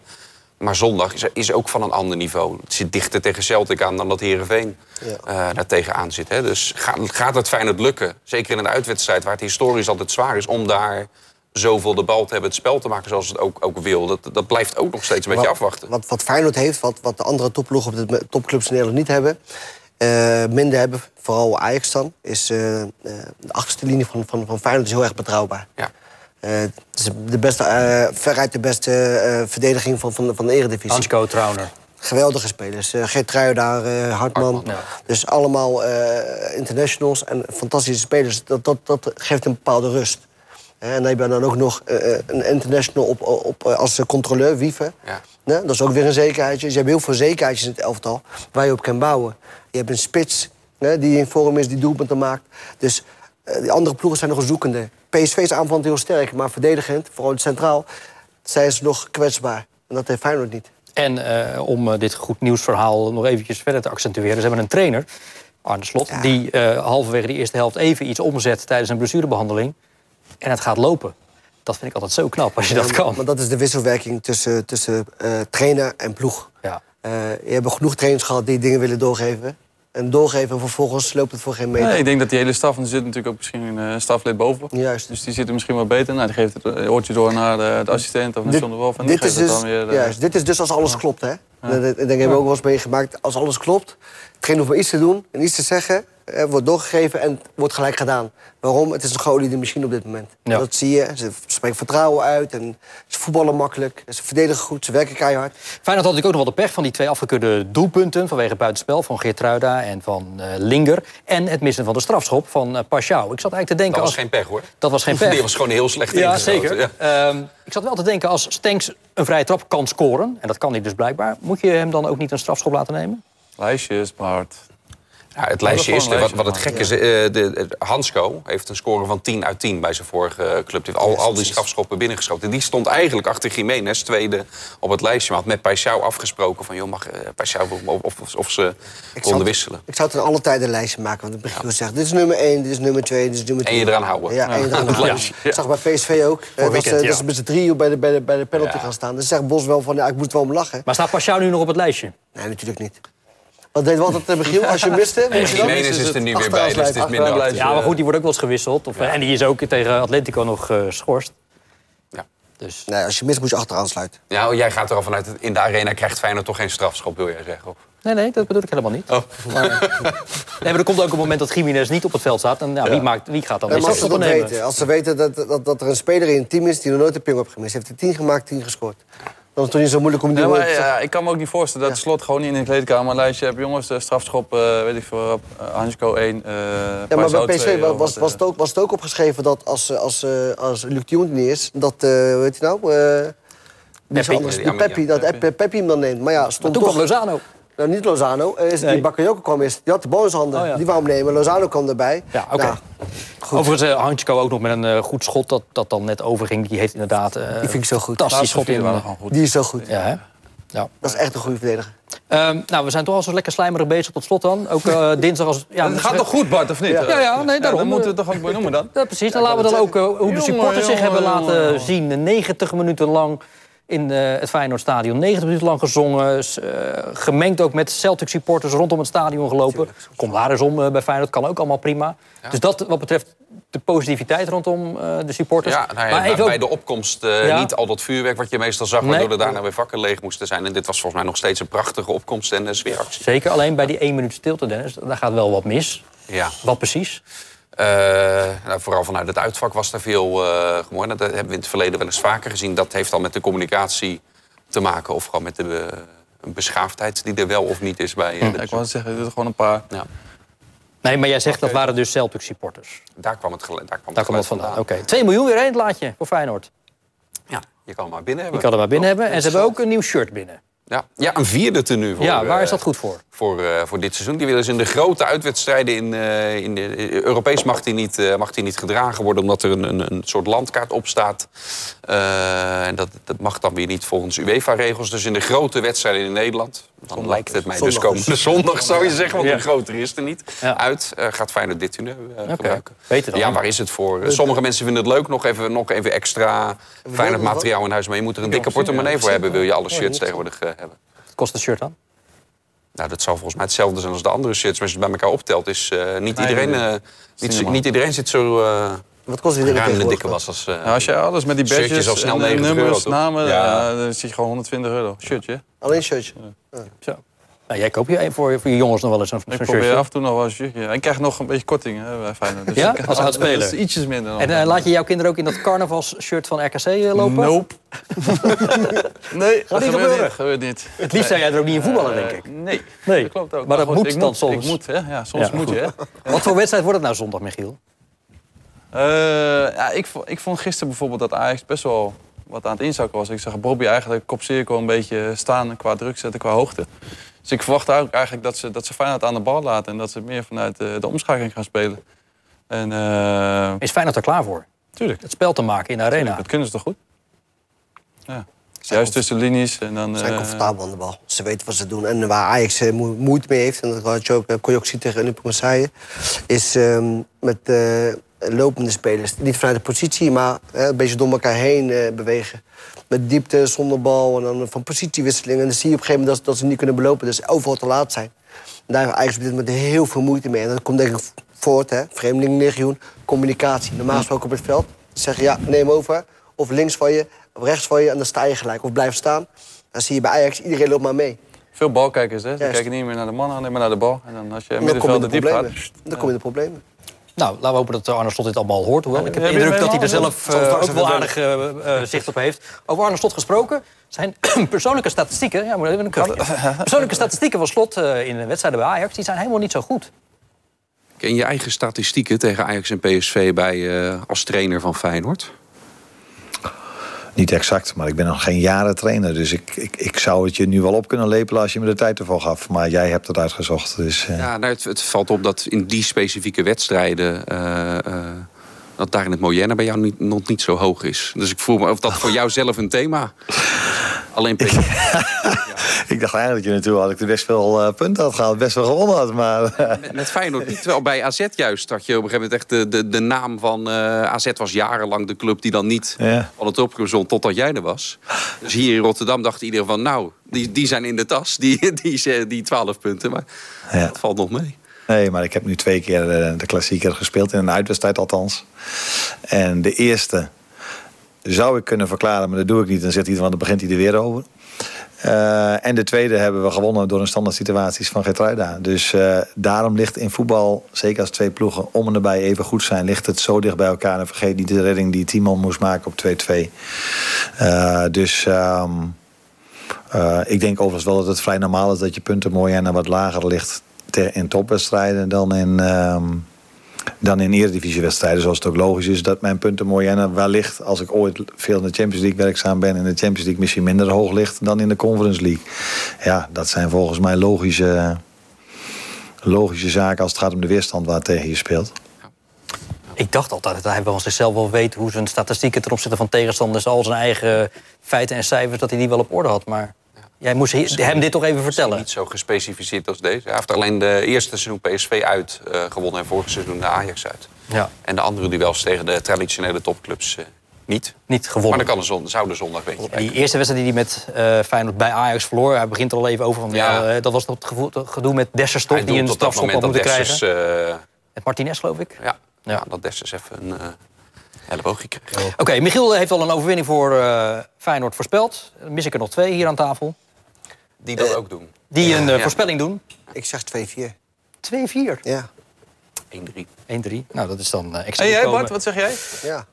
[SPEAKER 6] Maar zondag is, is ook van een ander niveau. Het zit dichter tegen Celtic aan dan dat Heerenveen
[SPEAKER 4] Ja.
[SPEAKER 6] eh daar tegenaan zit. Hè. Dus gaat, gaat het Feyenoord lukken? Zeker in een uitwedstrijd waar het historisch altijd zwaar is... om daar zoveel de bal te hebben, het spel te maken zoals het ook, ook wil. Dat, dat blijft ook nog steeds een beetje
[SPEAKER 4] Wat-
[SPEAKER 6] afwachten.
[SPEAKER 4] Wat, wat Feyenoord heeft, wat, wat de andere topploegen op de topclubs in Nederland niet hebben... eh, minder hebben, vooral Ajax dan... is eh, eh, de achtste linie van, van, van Feyenoord is heel erg betrouwbaar.
[SPEAKER 6] Ja.
[SPEAKER 4] Eh, het is de beste, eh, veruit de beste eh, verdediging van, van, de- van de eredivisie.
[SPEAKER 2] Hansco Trauner.
[SPEAKER 4] Geweldige spelers. Eh Geert daar, eh, Hartman. Dus allemaal eh, internationals en fantastische spelers. Dat, dat, dat geeft een bepaalde rust. Eh, En dan heb je dan ook nog eh, eh, een international op, op, eh, als controleur, Wieven.
[SPEAKER 6] Ja.
[SPEAKER 4] Nee, dat is ook weer een zekerheidje. Dus je hebt heel veel zekerheidjes in het elftal waar je op kan bouwen. Je hebt een spits hè, die in vorm is, die doelpunten maakt. Dus eh, die andere ploegen zijn nog zoekende. PSV is aanvallend heel sterk, maar verdedigend, vooral centraal, zijn ze nog kwetsbaar. En dat heeft Feyenoord niet.
[SPEAKER 2] En eh, om eh, dit goed nieuwsverhaal nog eventjes verder te accentueren... ze hebben een trainer, Arne Slot... die eh, halverwege de eerste helft even iets omzet tijdens een blessurebehandeling. En het gaat lopen. Dat vind ik altijd zo knap als je dat
[SPEAKER 4] Ja,
[SPEAKER 2] kan.
[SPEAKER 4] Maar dat is de wisselwerking tussen, tussen eh, trainer en ploeg.
[SPEAKER 2] Ja.
[SPEAKER 4] Eh, je hebt genoeg trainers gehad die dingen willen doorgeven. Eh, en doorgeven. En vervolgens loopt het voor geen meter.
[SPEAKER 5] Nee, ik denk dat die hele staf, want er zit natuurlijk ook misschien een eh, staflid bovenop.
[SPEAKER 4] Juist.
[SPEAKER 5] Dus die zit er misschien wel beter. Nou, die geeft het eh, hoortje door naar de, de assistent of naar
[SPEAKER 4] Dit-
[SPEAKER 5] John de Wolf. En die
[SPEAKER 4] dit, is
[SPEAKER 5] geeft het
[SPEAKER 4] dus,
[SPEAKER 5] dan weer... eh,
[SPEAKER 4] juist, dit is dus als alles klopt, hè? Dat, dat- ik denk, hebben we ook wel eens meegemaakt. Als alles klopt, geen hoeft maar iets te doen en iets te zeggen. eh, wordt doorgegeven en wordt gelijk gedaan. Waarom? Het is een geoliede machine op dit moment.
[SPEAKER 2] Ja.
[SPEAKER 4] Dat zie je. Ze spreken vertrouwen uit en ze voetballen makkelijk. Ze verdedigen goed, ze werken keihard.
[SPEAKER 2] Feyenoord had natuurlijk ook nog wel de pech van die twee afgekeurde doelpunten... vanwege het buitenspel van Geertruida en van eh, Linger... en het missen van de strafschop van eh, Pashao. Ik zat eigenlijk te denken...
[SPEAKER 6] Dat was
[SPEAKER 2] als...
[SPEAKER 6] geen pech hoor.
[SPEAKER 2] Dat was geen
[SPEAKER 6] Die
[SPEAKER 2] pech.
[SPEAKER 6] was gewoon heel slecht
[SPEAKER 2] Ja,
[SPEAKER 6] ingeschoten,
[SPEAKER 2] zeker.
[SPEAKER 6] ja.
[SPEAKER 2] Ehm, ik zat wel te denken, als Stenks een vrije trap kan scoren... en dat kan hij dus blijkbaar... moet je hem dan ook niet een strafschop laten nemen?
[SPEAKER 5] Lijstjes, maar hard.
[SPEAKER 6] Ja, het lijstje
[SPEAKER 5] Ja,
[SPEAKER 6] is,
[SPEAKER 5] dat is wel
[SPEAKER 6] wat,
[SPEAKER 5] een
[SPEAKER 6] wat het gekke is, eh, de, de- Hansco heeft een score van 10 uit 10 bij zijn vorige eh, club. Die heeft al, al die strafschoppen binnengeschoten. Die stond eigenlijk achter Jiménez, tweede op het lijstje. Maar had met Paixão afgesproken van, joh, mag eh, Paixão of, of, of ze
[SPEAKER 4] zou
[SPEAKER 6] konden
[SPEAKER 4] het-
[SPEAKER 6] wisselen.
[SPEAKER 4] Ik zou het in alle tijden een lijstje maken. Want ik begin te zeggen, dit is nummer 1, dit is nummer 2, dit is nummer
[SPEAKER 6] En
[SPEAKER 4] 3.
[SPEAKER 6] je eraan houden.
[SPEAKER 4] Ja, en je eraan houden. Ik zag bij PSV ook. eh, dat
[SPEAKER 2] weekend,
[SPEAKER 4] ze,
[SPEAKER 2] ja.
[SPEAKER 4] dat ze met z'n drieën bij de, bij de, bij de penalty
[SPEAKER 6] Ja.
[SPEAKER 4] gaan staan. Dan zegt Bos wel van, ja, ik moet wel om lachen.
[SPEAKER 2] Maar staat Pashao nu nog op het lijstje?
[SPEAKER 4] Nee, natuurlijk niet. Wat deed Walter eh, Michiel als je miste?
[SPEAKER 6] En
[SPEAKER 4] moest je dan?
[SPEAKER 6] Jiménez is er nu weer bij,
[SPEAKER 4] achterhuis
[SPEAKER 6] dus het is
[SPEAKER 4] blijven.
[SPEAKER 6] minder
[SPEAKER 5] Achterhuis
[SPEAKER 6] actief.
[SPEAKER 2] Ja, maar goed, die wordt ook wel eens gewisseld. Of, eh, En die is ook tegen Atletico nog eh geschorst.
[SPEAKER 6] Ja.
[SPEAKER 2] Dus
[SPEAKER 4] Nee, als je mist moet je achteraan sluiten.
[SPEAKER 6] Ja, oh, jij gaat er al vanuit, in de arena krijgt Feyenoord toch geen strafschop, wil jij zeggen? Of?
[SPEAKER 2] nee, nee, dat bedoel ik helemaal niet.
[SPEAKER 4] Oh.
[SPEAKER 2] Maar, nee, maar er komt ook een moment dat Jiménez niet op het veld staat. En ja, wie, maakt, wie gaat dan
[SPEAKER 4] Nee,
[SPEAKER 2] de
[SPEAKER 4] maar als ze
[SPEAKER 2] strafschop
[SPEAKER 4] dat
[SPEAKER 2] nemen?
[SPEAKER 4] weten, als ze weten dat, dat, dat er een speler in het team is die nog nooit een ping op gemist heeft, heeft hij 10 gemaakt, 10 gescoord. Dan is het toch niet zo moeilijk om die
[SPEAKER 5] Nee,
[SPEAKER 4] rol
[SPEAKER 5] maar
[SPEAKER 4] te
[SPEAKER 6] eh,
[SPEAKER 4] zeggen.
[SPEAKER 5] ja, ik kan me ook niet voorstellen dat Slot gewoon niet in de kleedkamer een lijstje hebt. Jongens, eh, strafschop, eh, weet ik veel, eh, Hansko 1, eh
[SPEAKER 4] Ja, maar
[SPEAKER 5] Paisao
[SPEAKER 4] bij
[SPEAKER 5] 2,
[SPEAKER 4] PSV wa-
[SPEAKER 5] of
[SPEAKER 4] was,
[SPEAKER 5] wat,
[SPEAKER 4] was,
[SPEAKER 5] eh.
[SPEAKER 4] het ook, was het ook opgeschreven dat als, eh, als, eh, als Luc de Jong er niet is, dat, eh weet je nou, eh die is
[SPEAKER 2] Peppi.
[SPEAKER 4] anders,
[SPEAKER 6] Ja,
[SPEAKER 4] die
[SPEAKER 6] ja, ja,
[SPEAKER 4] Peppi, dat
[SPEAKER 5] Peppi.
[SPEAKER 4] Peppi. hem dan neemt. Maar ja,
[SPEAKER 2] Maar
[SPEAKER 4] stond
[SPEAKER 2] toen
[SPEAKER 4] toch...
[SPEAKER 2] kwam Lozano.
[SPEAKER 4] Nou, niet Lozano, eh, is
[SPEAKER 2] Nee.
[SPEAKER 4] die Bakayoko kwam eerst, die had de bonushanden,
[SPEAKER 2] Oh, ja.
[SPEAKER 4] die wou hem nemen, Lozano kwam erbij.
[SPEAKER 2] Ja, oké.
[SPEAKER 4] Nou,
[SPEAKER 2] Overigens, eh Hansko ook nog met een eh, goed schot dat, dat dan net overging. Die heeft inderdaad eh
[SPEAKER 4] die vind ik zo goed.
[SPEAKER 2] fantastisch schot in. eh,
[SPEAKER 5] vier waren gewoon goed.
[SPEAKER 4] Die is zo goed.
[SPEAKER 2] Ja, hè? Ja.
[SPEAKER 4] Dat is echt een goede verdediger.
[SPEAKER 2] Ehm, nou, we zijn toch al zo lekker slijmerig bezig tot slot dan. Ook eh, dinsdag als... Ja,
[SPEAKER 5] Het gaat toch goed, Bart, of niet?
[SPEAKER 2] Ja, ja, nee, daarom.
[SPEAKER 5] dan moeten we het toch ook benoemen dan?
[SPEAKER 2] Ja, precies, dan laten we dan ook eh, hoe de
[SPEAKER 5] Jongen,
[SPEAKER 2] supporters zich
[SPEAKER 5] jongen,
[SPEAKER 2] hebben
[SPEAKER 5] jongen,
[SPEAKER 2] laten
[SPEAKER 5] jongen.
[SPEAKER 2] zien. 90 minuten lang in eh, het Feyenoordstadion. 90 minuten lang gezongen. s- eh, gemengd ook met Celtic supporters rondom het stadion gelopen. Kom daar eens om eh, bij Feyenoord, kan ook allemaal prima. Dus dat wat betreft de positiviteit rondom eh, de supporters.
[SPEAKER 6] Ja, nou ja,
[SPEAKER 2] maar
[SPEAKER 6] bij-
[SPEAKER 2] even ook-
[SPEAKER 6] bij de opkomst eh,
[SPEAKER 2] Ja.
[SPEAKER 6] niet al dat vuurwerk wat je meestal zag...
[SPEAKER 2] Nee.
[SPEAKER 6] waardoor er daarna weer vakken leeg moesten zijn. En dit was volgens mij nog steeds een prachtige opkomst en eh, sfeeractie.
[SPEAKER 2] Zeker, alleen bij die één minuut stilte, Dennis, daar gaat wel wat mis.
[SPEAKER 6] Ja.
[SPEAKER 2] Wat precies?
[SPEAKER 6] Eh, nou, vooral vanuit het uitvak was daar veel eh gemoord. Dat hebben we in het verleden wel eens vaker gezien. Dat heeft dan met de communicatie te maken. Of gewoon met de eh, een beschaafdheid die er wel of niet is bij eh, de
[SPEAKER 5] Ja, ik
[SPEAKER 6] bezoeker.
[SPEAKER 5] wou net zeggen, er zitten gewoon een paar.
[SPEAKER 6] Ja,
[SPEAKER 2] Nee, maar jij zegt dat waren dus Celtic supporters.
[SPEAKER 6] daar kwam het gele- Daar kwam,
[SPEAKER 2] Daar
[SPEAKER 6] het
[SPEAKER 2] komt dat
[SPEAKER 6] geluid
[SPEAKER 2] vandaan. Oké, 2 miljoen weer in het laatje voor Feyenoord.
[SPEAKER 6] Ja, je kan hem maar binnen
[SPEAKER 2] Die
[SPEAKER 6] hebben.
[SPEAKER 2] kan er maar binnen hebben. En ze hebben ook een nieuw shirt binnen.
[SPEAKER 6] Ja, ja een vierde tenue. Voor,
[SPEAKER 2] Ja, waar is
[SPEAKER 6] eh,
[SPEAKER 2] dat goed voor?
[SPEAKER 6] voor, eh, voor dit seizoen. Die willen ze in de grote uitwedstrijden in, eh, in de, eh, Europees mag die, niet, eh, mag die niet gedragen worden, omdat er een, een, een soort landkaart op staat. Eh, en dat, dat mag dan weer niet volgens UEFA-regels. Dus in de grote wedstrijden in Nederland, dan lijkt het mij dus
[SPEAKER 4] Zondag dus.
[SPEAKER 6] komende zondag, zou je zeggen, want
[SPEAKER 2] Ja.
[SPEAKER 6] een grotere is er niet.
[SPEAKER 2] Ja.
[SPEAKER 6] Uit eh, gaat Feyenoord dit nu eh, gebruiken.
[SPEAKER 2] beter dan.
[SPEAKER 6] Ja, waar is het voor? Sommige mensen vinden het leuk, nog even, nog even extra Feyenoord
[SPEAKER 4] nog
[SPEAKER 6] materiaal in huis. Maar je moet er een dikke portemonnee voor hebben, wil je
[SPEAKER 2] Oh,
[SPEAKER 6] alle shirts tegenwoordig eh, hebben.
[SPEAKER 2] Wat kost het shirt dan?
[SPEAKER 6] Nou, dat zal volgens mij hetzelfde zijn als de andere shirts. Maar als je het bij elkaar optelt, is eh, niet,
[SPEAKER 5] Nee,
[SPEAKER 6] iedereen,
[SPEAKER 5] nee, nee.
[SPEAKER 6] eh,
[SPEAKER 5] niet
[SPEAKER 6] niet,
[SPEAKER 5] normaal.
[SPEAKER 6] niet iedereen zit zo eh
[SPEAKER 4] Wat kost die
[SPEAKER 6] ruim
[SPEAKER 4] verdediger
[SPEAKER 6] in de
[SPEAKER 4] tegenwoordig
[SPEAKER 6] dikke
[SPEAKER 4] dan?
[SPEAKER 6] was als... eh,
[SPEAKER 5] Nou, als je alles met die
[SPEAKER 6] Shirtjes
[SPEAKER 5] badges,
[SPEAKER 6] al snel
[SPEAKER 5] en, eh,
[SPEAKER 6] 90 euro,
[SPEAKER 5] nummers,
[SPEAKER 6] toch?
[SPEAKER 5] namen,
[SPEAKER 6] Ja.
[SPEAKER 5] ja. dan zit je gewoon 120 euro. Shirtje.
[SPEAKER 4] Alleen shirtje.
[SPEAKER 2] Zo. Nou, jij koopt je een voor, voor je jongens nog wel eens een zo'n
[SPEAKER 5] Ik probeer
[SPEAKER 2] shirtje.
[SPEAKER 5] af en toe nog wel een shirtje. En ik krijg nog een beetje korting hè, bij Feyenoord. Dus
[SPEAKER 2] Ja?
[SPEAKER 5] ik krijg
[SPEAKER 2] Als
[SPEAKER 5] nog-
[SPEAKER 2] oudspeler?
[SPEAKER 5] dat is ietsjes minder dan.
[SPEAKER 2] En eh, laat je jouw kinderen ook in dat carnavalsshirt van RKC eh, lopen?
[SPEAKER 5] Nope. nee, dat
[SPEAKER 2] niet gebeuren.
[SPEAKER 5] gebeurt niet. Dat gebeurt niet.
[SPEAKER 2] Het liefst zou jij er ook niet in voetballen, denk ik.
[SPEAKER 5] Eh, nee.
[SPEAKER 2] Nee.
[SPEAKER 5] dat klopt ook.
[SPEAKER 2] Maar dat
[SPEAKER 5] goed,
[SPEAKER 2] moet
[SPEAKER 5] ik
[SPEAKER 2] dan soms.
[SPEAKER 5] Ik moet, hè. Ja, soms
[SPEAKER 2] Ja,
[SPEAKER 5] moet je, hè.
[SPEAKER 2] Wat voor wedstrijd wordt het nou zondag, Michiel?
[SPEAKER 5] Eh, ja, ik, vo- ik vond gisteren bijvoorbeeld dat Ajax best wel wat aan het inzakken was. Ik zag Bobby eigenlijk kopcirkel een beetje staan qua druk zetten, qua hoogte. Dus ik verwacht ook eigenlijk dat ze, dat ze Feyenoord aan de bal laten... en dat ze meer vanuit eh, de omschakeling gaan spelen. En eh,
[SPEAKER 2] Is Feyenoord er klaar voor?
[SPEAKER 5] tuurlijk,
[SPEAKER 2] Het spel te maken in de arena.
[SPEAKER 5] dat kunnen ze toch goed? Ja. Dus Juist tussen de linies en dan...
[SPEAKER 4] Ze zijn
[SPEAKER 5] eh,
[SPEAKER 4] comfortabel aan de bal. Ze weten wat ze doen. En waar Ajax eh, moe- moeite mee heeft, en dat had je ook, eh, kon je ook zien tegen Olympique Marseille, is ehm, met eh, lopende spelers. Niet vanuit de positie, maar eh, een beetje door elkaar heen eh, bewegen. Met diepte, zonder bal en dan van positiewisseling. En dan zie je op een gegeven moment dat, dat ze niet kunnen belopen, dus overal te laat zijn. daar heeft Ajax op dit moment heel veel moeite mee. En dat komt denk ik voort, hè. Vreemdelingenlegioen, communicatie. Normaal gesproken op het veld zeggen, ja, neem over. Of links van je, of rechts van je. En dan sta je gelijk. Of blijf staan. Dan zie je bij Ajax, iedereen loopt maar mee.
[SPEAKER 5] Veel balkijkers, hè? Die
[SPEAKER 4] Juist.
[SPEAKER 5] kijken niet meer naar de man aan, maar naar de bal. En dan als je
[SPEAKER 4] En dan kom je in
[SPEAKER 5] middenveld
[SPEAKER 4] de
[SPEAKER 5] diep gaat...
[SPEAKER 4] problemen. Dan kom je in de problemen.
[SPEAKER 2] Nou, laten we hopen dat Arne Slot dit allemaal hoort. Hoewel, ik heb de
[SPEAKER 5] heb je
[SPEAKER 2] indruk dat hij er
[SPEAKER 5] helemaal
[SPEAKER 2] zelf eh, ook wel aardig eh, eh, zicht op heeft. Over Arne Slot gesproken, zijn persoonlijke statistieken... Ja, maar even een kuchje. Persoonlijke statistieken van Slot eh, in de wedstrijden bij Ajax... die zijn helemaal niet zo goed.
[SPEAKER 6] Ken je eigen statistieken tegen Ajax en PSV bij, eh, als trainer van Feyenoord?
[SPEAKER 3] Niet exact, maar ik ben nog geen jaren trainer. Dus ik, ik, ik zou het je nu wel op kunnen lepelen als je me de tijd ervoor gaf. Maar jij hebt het uitgezocht. Dus, eh,
[SPEAKER 6] Ja, nou, het, het valt op dat in die specifieke wedstrijden. eh, eh, dat daar in het Moyenne bij jou niet, nog niet zo hoog is. Dus ik voel me of dat voor jou zelf een thema. Alleen PSV.
[SPEAKER 3] Ik dacht eigenlijk dat je natuurlijk had ik er best veel eh, punten had gehaald. Best wel gewonnen had. Maar eh,
[SPEAKER 6] Met Feyenoord niet. Terwijl bij AZ juist dat je op een gegeven moment echt de, de, de naam van... eh, AZ was jarenlang de club die dan niet
[SPEAKER 3] Ja.
[SPEAKER 6] van het opgekomen stond totdat jij er was. Dus hier in Rotterdam dacht iedereen van... nou, die, die zijn in de tas, die, die, eh, die, 12 punten. Maar
[SPEAKER 3] Ja.
[SPEAKER 6] dat valt nog mee.
[SPEAKER 3] nee, maar ik heb nu twee keer eh, de klassieker gespeeld. In een uitwedstrijd althans. En de eerste zou ik kunnen verklaren, maar dat doe ik niet. Dan zit iemand, dan begint hij er weer over. Eh, en de tweede hebben we gewonnen door een standaard situaties van Gertruida. Dus eh, daarom ligt in voetbal, zeker als twee ploegen om en erbij even goed zijn, ligt het zo dicht bij elkaar. En vergeet niet de redding die Timon moest maken op 2-2. Eh, dus ehm, eh, ik denk overigens wel dat het vrij normaal is dat je punten mooi en wat lager ligt ter- in topwedstrijden dan in. ehm, dan in eredivisiewedstrijden, zoals het ook logisch is... dat mijn punten moyenne wellicht, als ik ooit veel in de Champions League werkzaam ben... in de Champions League misschien minder hoog ligt dan in de Conference League. Ja, dat zijn volgens mij logische, logische zaken als het gaat om de weerstand waar tegen je speelt.
[SPEAKER 2] Ik dacht altijd dat hij wel zichzelf wel weet... hoe zijn statistieken ten opzichte van tegenstanders... al zijn eigen feiten en cijfers, dat hij die wel op orde had. Maar jij moest he- hem dit toch even vertellen.
[SPEAKER 6] Niet zo gespecificeerd als deze. Hij heeft alleen de eerste seizoen PSV uit eh, gewonnen... en vorig seizoen de Ajax uit.
[SPEAKER 2] Ja,
[SPEAKER 6] En de andere duels tegen de traditionele topclubs eh, niet.
[SPEAKER 2] niet
[SPEAKER 6] Maar
[SPEAKER 2] gewonnen.
[SPEAKER 6] dan kan de zon, zou de zondag weten.
[SPEAKER 2] Die eerste wedstrijd die hij met eh, Feyenoord bij Ajax verloor... hij begint er al even over van... Ja.
[SPEAKER 6] Ja.
[SPEAKER 2] eh, dat was dat gevo- dat gedoe met Dessers toch... die een strafschop had moeten krijgen.
[SPEAKER 6] Dus, eh,
[SPEAKER 5] eh,
[SPEAKER 2] Met Martinez, geloof ik.
[SPEAKER 6] ja,
[SPEAKER 2] Ja.
[SPEAKER 6] ja, dat Dessers even een eh elleboogje kreeg.
[SPEAKER 2] Oké, Michiel heeft al een overwinning voor eh, Feyenoord voorspeld. Dan mis ik er nog twee hier aan tafel.
[SPEAKER 6] Die dat ook doen.
[SPEAKER 2] Die een eh,
[SPEAKER 6] ja.
[SPEAKER 2] voorspelling doen.
[SPEAKER 4] Ik zeg 2-4.
[SPEAKER 2] 2-4.
[SPEAKER 4] Ja,
[SPEAKER 6] 1-3.
[SPEAKER 2] 1-3. Nou, dat is dan eh extra
[SPEAKER 5] En jij,
[SPEAKER 2] inkomen.
[SPEAKER 5] Bart, wat zeg jij?
[SPEAKER 4] ja.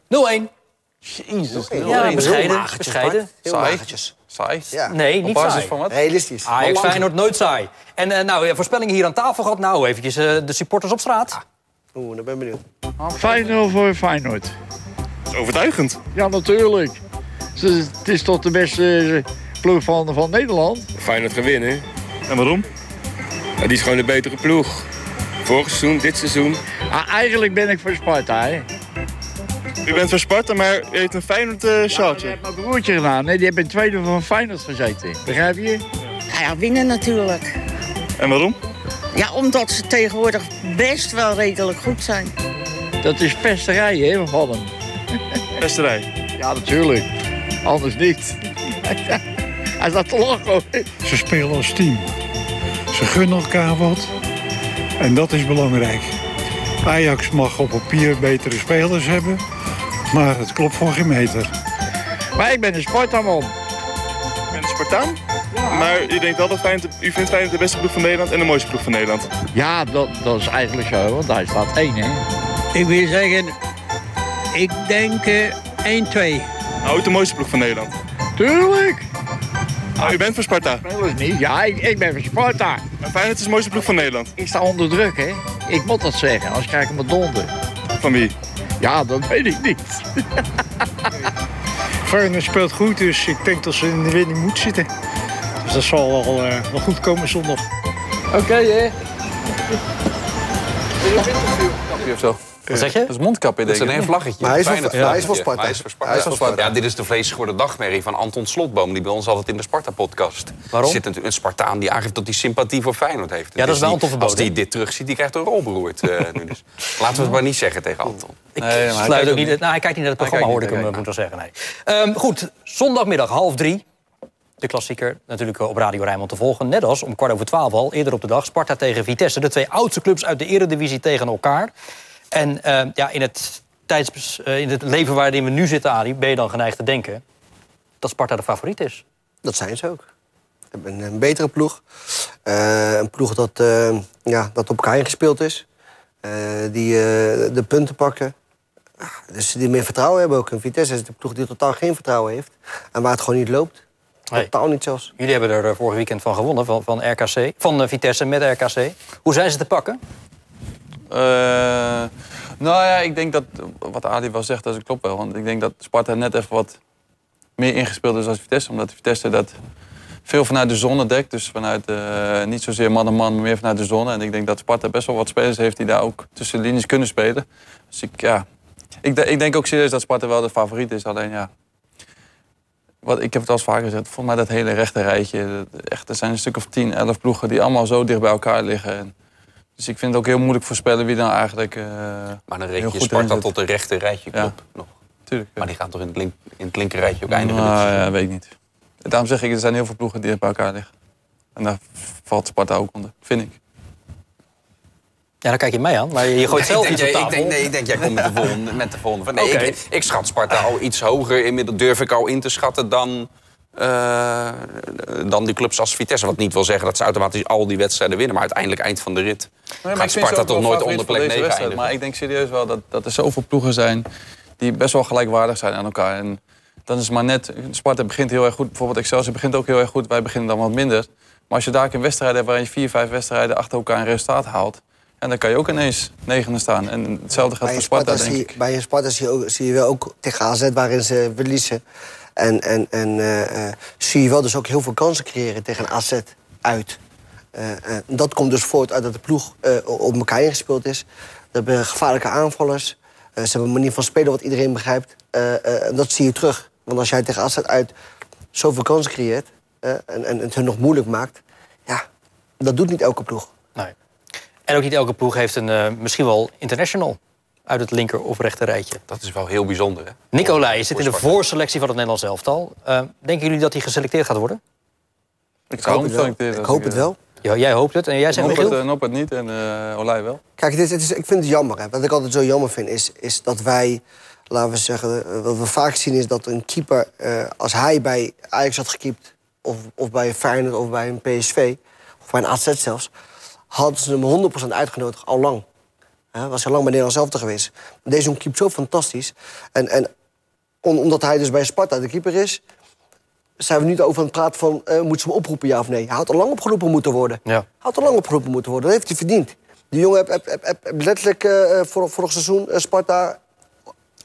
[SPEAKER 2] 0-1.
[SPEAKER 5] Jezus,
[SPEAKER 2] Ja,
[SPEAKER 4] Heel
[SPEAKER 2] bescheiden.
[SPEAKER 4] magertjes,
[SPEAKER 2] bescheiden.
[SPEAKER 4] Bart. Heel
[SPEAKER 5] Saai.
[SPEAKER 4] magertjes.
[SPEAKER 5] Saai.
[SPEAKER 4] Ja.
[SPEAKER 2] Nee,
[SPEAKER 5] Op
[SPEAKER 2] niet
[SPEAKER 5] basis
[SPEAKER 2] saai.
[SPEAKER 5] van wat?
[SPEAKER 4] Realistisch.
[SPEAKER 2] Ajax, Feyenoord, nooit saai. En eh, nou, ja, voorspellingen hier aan tafel gehad. Nou, eventjes eh, de supporters op straat.
[SPEAKER 4] Oeh, dan ben ik benieuwd.
[SPEAKER 7] 5-0 voor Feyenoord.
[SPEAKER 8] Overtuigend.
[SPEAKER 7] Ja, natuurlijk. Ze- Het is toch de beste eh, ploeg van, van Nederland?
[SPEAKER 8] Feyenoord gaan winnen. En waarom? Het is gewoon de betere ploeg. Vorig seizoen, dit seizoen.
[SPEAKER 7] Ah, eigenlijk ben ik voor Sparta, hè.
[SPEAKER 8] U bent van Sparta, maar u heeft een Feyenoord eh sjaaltje.
[SPEAKER 7] Ik heb mijn broertje gedaan, hè. Die heeft in tweede van Feyenoord gezeten. Begrijp je?
[SPEAKER 9] Nou ja, winnen natuurlijk.
[SPEAKER 8] En waarom?
[SPEAKER 9] Ja, omdat ze tegenwoordig best wel redelijk goed zijn.
[SPEAKER 7] Dat is pesterij, hè, van hem.
[SPEAKER 8] Pesterij.
[SPEAKER 7] Ja, natuurlijk. Anders niet. Hij staat te lachen. hoor.
[SPEAKER 10] Ze spelen als team. Ze gunnen elkaar wat. En dat is belangrijk. Ajax mag op papier betere spelers hebben. Maar het klopt voor geen meter.
[SPEAKER 7] Maar ik ben een Sparta-man.
[SPEAKER 8] U bent Spartaan? Maar u denkt wel dat Feyenoord, u vindt Feyenoord de beste ploeg van Nederland en de mooiste ploeg van Nederland.
[SPEAKER 7] Ja, dat, dat is eigenlijk zo, want hij staat één, hè.
[SPEAKER 11] Ik wil zeggen, ik denk eh 1-2.
[SPEAKER 8] Nou, ook de mooiste ploeg van Nederland.
[SPEAKER 7] Tuurlijk.
[SPEAKER 8] Ah, u bent van Sparta.
[SPEAKER 7] Spelers niet. Ja, ik, ik ben van Sparta.
[SPEAKER 8] En Feyenoord is de mooiste ploeg van Nederland.
[SPEAKER 7] Ik sta onder druk, hè? Ik moet dat zeggen, anders krijg ik me donder.
[SPEAKER 8] Van wie?
[SPEAKER 7] Ja, dat weet ik niet.
[SPEAKER 10] Feyenoord speelt goed, dus ik denk dat ze in de winning moet zitten. Dus dat zal wel, eh, wel goed komen zondag.
[SPEAKER 7] Oké, hè?
[SPEAKER 5] Of zo.
[SPEAKER 2] Wat zeg je?
[SPEAKER 5] Dat is
[SPEAKER 6] Dat
[SPEAKER 5] mondkapje, denk
[SPEAKER 6] is
[SPEAKER 5] ik.
[SPEAKER 6] een heel vlaggetje.
[SPEAKER 4] Maar hij is van-
[SPEAKER 6] Feyenoord
[SPEAKER 4] ja, hij is van
[SPEAKER 6] vlaggetje.
[SPEAKER 4] Sparta.
[SPEAKER 6] Hij is van Sparta.
[SPEAKER 4] Hij is van Sparta.
[SPEAKER 6] Ja, dit is de vleesgeworden dagmerrie van Anton Slotboom... die bij ons altijd in de Sparta-podcast
[SPEAKER 2] Waarom?
[SPEAKER 6] zit. natuurlijk een Spartaan die aangeeft dat hij sympathie voor Feyenoord heeft. Het
[SPEAKER 2] dat is bij
[SPEAKER 6] niet-
[SPEAKER 2] Anton verboden,
[SPEAKER 6] Als hij
[SPEAKER 2] hè?
[SPEAKER 6] dit terugziet, die krijgt een rolberoerd. eh, nu dus. Laten we het maar niet zeggen tegen Anton.
[SPEAKER 2] Ik
[SPEAKER 5] Nee, maar hij
[SPEAKER 2] sluit
[SPEAKER 5] kijkt
[SPEAKER 2] ook
[SPEAKER 5] ook
[SPEAKER 2] niet.
[SPEAKER 5] niet.
[SPEAKER 2] Nou, hij kijkt niet naar het
[SPEAKER 5] Hij
[SPEAKER 2] programma, hoorde ik
[SPEAKER 5] kijkt
[SPEAKER 2] hem,
[SPEAKER 5] niet,
[SPEAKER 2] eh, moet ik wel zeggen. Nee. Ehm, goed, zondagmiddag half drie. de klassieker natuurlijk eh, op Radio Rijnmond te volgen. Net als om kwart over twaalf al, eerder op de dag, Sparta tegen Vitesse. De twee oudste clubs uit de eredivisie tegen elkaar. En eh, ja, in het, tijds, eh, in het leven waarin we nu zitten, Arie, ben je dan geneigd te denken dat Sparta de favoriet is.
[SPEAKER 4] Dat zijn ze ook. Een, een betere ploeg. Eh, een ploeg dat, eh, ja, dat op elkaar ingespeeld is. Eh, die eh, de punten pakken. Ah, Dus die meer vertrouwen hebben ook. En Vitesse is de ploeg die totaal geen vertrouwen heeft. En waar het gewoon niet loopt. Totaal niet zelfs.
[SPEAKER 2] Jullie hebben er eh, vorig weekend van gewonnen, van, van, RKC, van eh, Vitesse met RKC. Hoe zijn ze te pakken?
[SPEAKER 5] Eh, nou ja, ik denk dat wat Adi wel zegt, dat klopt wel. Want ik denk dat Sparta net even wat meer ingespeeld is als Vitesse. Omdat Vitesse dat veel vanuit de zon dekt. Dus vanuit eh, niet zozeer man en man, maar meer vanuit de zon. En ik denk dat Sparta best wel wat spelers heeft die daar ook tussen de linies kunnen spelen. Dus ik, ja, ik, de- ik denk ook serieus dat Sparta wel de favoriet is. Alleen ja, wat, ik heb het al eens vaker gezegd. Volgens mij dat hele rechte rijtje. dat- echt, er zijn een stuk of 10, 11 ploegen die allemaal zo dicht bij elkaar liggen. En dus ik vind het ook heel moeilijk voorspellen wie dan eigenlijk. eh,
[SPEAKER 6] maar dan
[SPEAKER 5] reed
[SPEAKER 6] reken je Sparta tot een rechter rijtje
[SPEAKER 5] Ja.
[SPEAKER 6] club nog.
[SPEAKER 5] Tuurlijk, eh,
[SPEAKER 6] Maar die gaat toch in het, link, in het linker rijtje ook
[SPEAKER 5] Nou,
[SPEAKER 6] eindigen? dit seizoen?
[SPEAKER 5] ja, weet ik niet. Daarom zeg ik, er zijn heel veel ploegen die dicht bij elkaar liggen. En daar valt Sparta ook onder, vind ik.
[SPEAKER 2] Ja, dan kijk je mij aan, maar je gooit
[SPEAKER 6] Nee,
[SPEAKER 2] zelf
[SPEAKER 6] ik
[SPEAKER 2] iets
[SPEAKER 6] denk,
[SPEAKER 2] op
[SPEAKER 6] jij-
[SPEAKER 2] tafel.
[SPEAKER 6] Ik denk, nee, ik denk, jij komt met de volgende. Met de volgende. Nee,
[SPEAKER 2] Oké.
[SPEAKER 6] ik, ik schat Sparta al iets hoger. Inmiddels durf ik al in te schatten dan, eh, dan die clubs als Vitesse. Wat niet wil zeggen dat ze automatisch al die wedstrijden winnen. Maar uiteindelijk eind van de rit gaat Sparta toch nooit onder plek 9 eindigen.
[SPEAKER 5] Maar ik denk serieus wel dat, dat er zoveel ploegen zijn die best wel gelijkwaardig zijn aan elkaar. En dan is het maar net, Sparta begint heel erg goed. Bijvoorbeeld Excelsior begint ook heel erg goed. Wij beginnen dan wat minder. Maar als je daar een wedstrijd hebt waarin je vier, vijf wedstrijden achter elkaar een resultaat haalt... En dan kan je ook ineens negende staan. En hetzelfde
[SPEAKER 4] Bij
[SPEAKER 5] geldt voor Sparta,
[SPEAKER 4] Sparta
[SPEAKER 5] denk
[SPEAKER 4] zie,
[SPEAKER 5] ik.
[SPEAKER 4] bij Sparta zie je, ook, zie je wel ook tegen AZ waarin ze verliezen. En, en, en eh, eh, zie je wel dus ook heel veel kansen creëren tegen AZ uit. Eh, en dat komt dus voort uit dat de ploeg eh, op elkaar ingespeeld is. Ze hebben gevaarlijke aanvallers. Eh, ze hebben een manier van spelen wat iedereen begrijpt. Eh, eh, en dat zie je terug. Want als jij tegen AZ uit zoveel kansen creëert... eh, en, en het hun nog moeilijk maakt... ja, dat doet niet elke ploeg.
[SPEAKER 2] Nee. En ook niet elke ploeg heeft een eh, misschien wel international uit het linker of rechter rijtje.
[SPEAKER 6] Dat is wel heel bijzonder, hè?
[SPEAKER 2] Nicolai zit in de
[SPEAKER 6] Voor Sparta.
[SPEAKER 2] voorselectie van het Nederlands elftal. Eh, denken jullie dat hij geselecteerd gaat worden?
[SPEAKER 5] Ik hoop het wel. selecteren Ik hoop als ik, het eh, wel.
[SPEAKER 2] Ja, jij hoopt het en jij zegt
[SPEAKER 5] Noppert,
[SPEAKER 2] Michiel?
[SPEAKER 5] eh, Noppert niet en eh Olij wel.
[SPEAKER 4] Kijk, dit, dit is, ik vind het jammer. Hè. Wat ik altijd zo jammer vind, is, is dat wij... Laten we zeggen, eh, wat we vaak zien is dat een keeper... eh, als hij bij Ajax had gekiept, of, of bij een Feyenoord, of bij een PSV... of bij een AZ zelfs, hadden ze hem 100% uitgenodigd, al lang. Hè, was hij lang bij Nederland zelf geweest. Maar Deze jongen keept zo fantastisch. En, en om- omdat hij dus bij Sparta de keeper is... zijn we niet over aan het praten van... eh, moeten ze hem oproepen, ja of nee? Hij had al lang opgeroepen moeten worden.
[SPEAKER 2] Ja.
[SPEAKER 4] Had al lang opgeroepen moeten worden. Dat heeft hij verdiend. Die jongen heb, heb, heb, heb letterlijk eh, eh, vor- vorig seizoen eh, Sparta...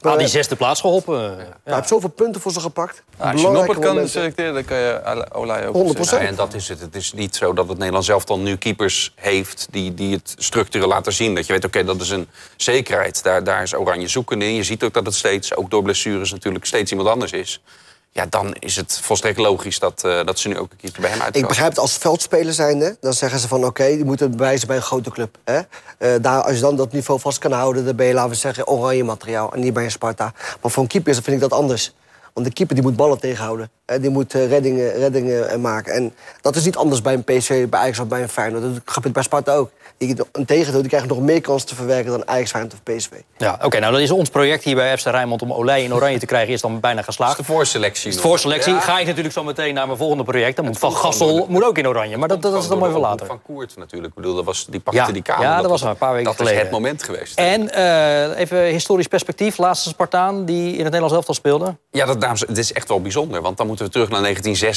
[SPEAKER 2] Aan Ah, die zesde plaats geholpen. eh,
[SPEAKER 4] Hij heeft zoveel punten voor ze gepakt.
[SPEAKER 5] Nou, als je
[SPEAKER 4] Belangrijke
[SPEAKER 5] Noppert kan
[SPEAKER 4] momenten.
[SPEAKER 5] selecteren, dan kan je Olij ook
[SPEAKER 4] 100%.
[SPEAKER 5] selecteren.
[SPEAKER 6] Nou, En dat is het. Het is niet zo dat het Nederlands zelf dan nu keepers heeft die, die het structureel laten zien. Dat je weet, oké, dat is een zekerheid. Daar, daar is Oranje zoeken in. Je ziet ook dat het steeds, ook door blessures natuurlijk, steeds iemand anders is. Ja, dan is het volstrekt logisch dat, eh, dat ze nu ook een keeper bij hem uitkomen.
[SPEAKER 4] Ik begrijp het als veldspeler zijnde. Dan zeggen ze van oké, je moet het bewijzen bij een grote club. Hè? Eh, daar, als je dan dat niveau vast kan houden, dan ben je, laten we zeggen, oranje materiaal. En niet bij een Sparta. Maar voor een keeper is- vind ik dat anders. Want de keeper die moet ballen tegenhouden. Hè? Die moet eh, reddingen, reddingen eh, maken. En dat is niet anders bij een PSV, bij Ajax of bij een Feyenoord. Dat gebeurt bij Sparta ook. Die, een tegendeel, die krijgen nog meer kans te verwerken dan Ajax, Feyenoord of PSV.
[SPEAKER 2] Ja, oké, nou dan is ons project hier bij FC Rijnmond om Olij in Oranje te krijgen is dan bijna geslaagd.
[SPEAKER 6] de voorselectie.
[SPEAKER 2] Voor selectie
[SPEAKER 6] Ja.
[SPEAKER 2] ga ik natuurlijk zo meteen naar mijn volgende project. Dan moet Van Gassel moet ook in Oranje, maar dat, dat is dan maar even later.
[SPEAKER 6] Van Koert natuurlijk. Ik bedoel, dat was, die pakte
[SPEAKER 2] Ja,
[SPEAKER 6] die kamer.
[SPEAKER 2] ja, dat was een paar weken
[SPEAKER 6] dat
[SPEAKER 2] geleden.
[SPEAKER 6] is het moment geweest.
[SPEAKER 2] En eh, even historisch perspectief, laatste Spartaan die in het Nederlands elftal speelde.
[SPEAKER 6] Ja, dat, dames, het is echt wel bijzonder. Want dan moeten we terug naar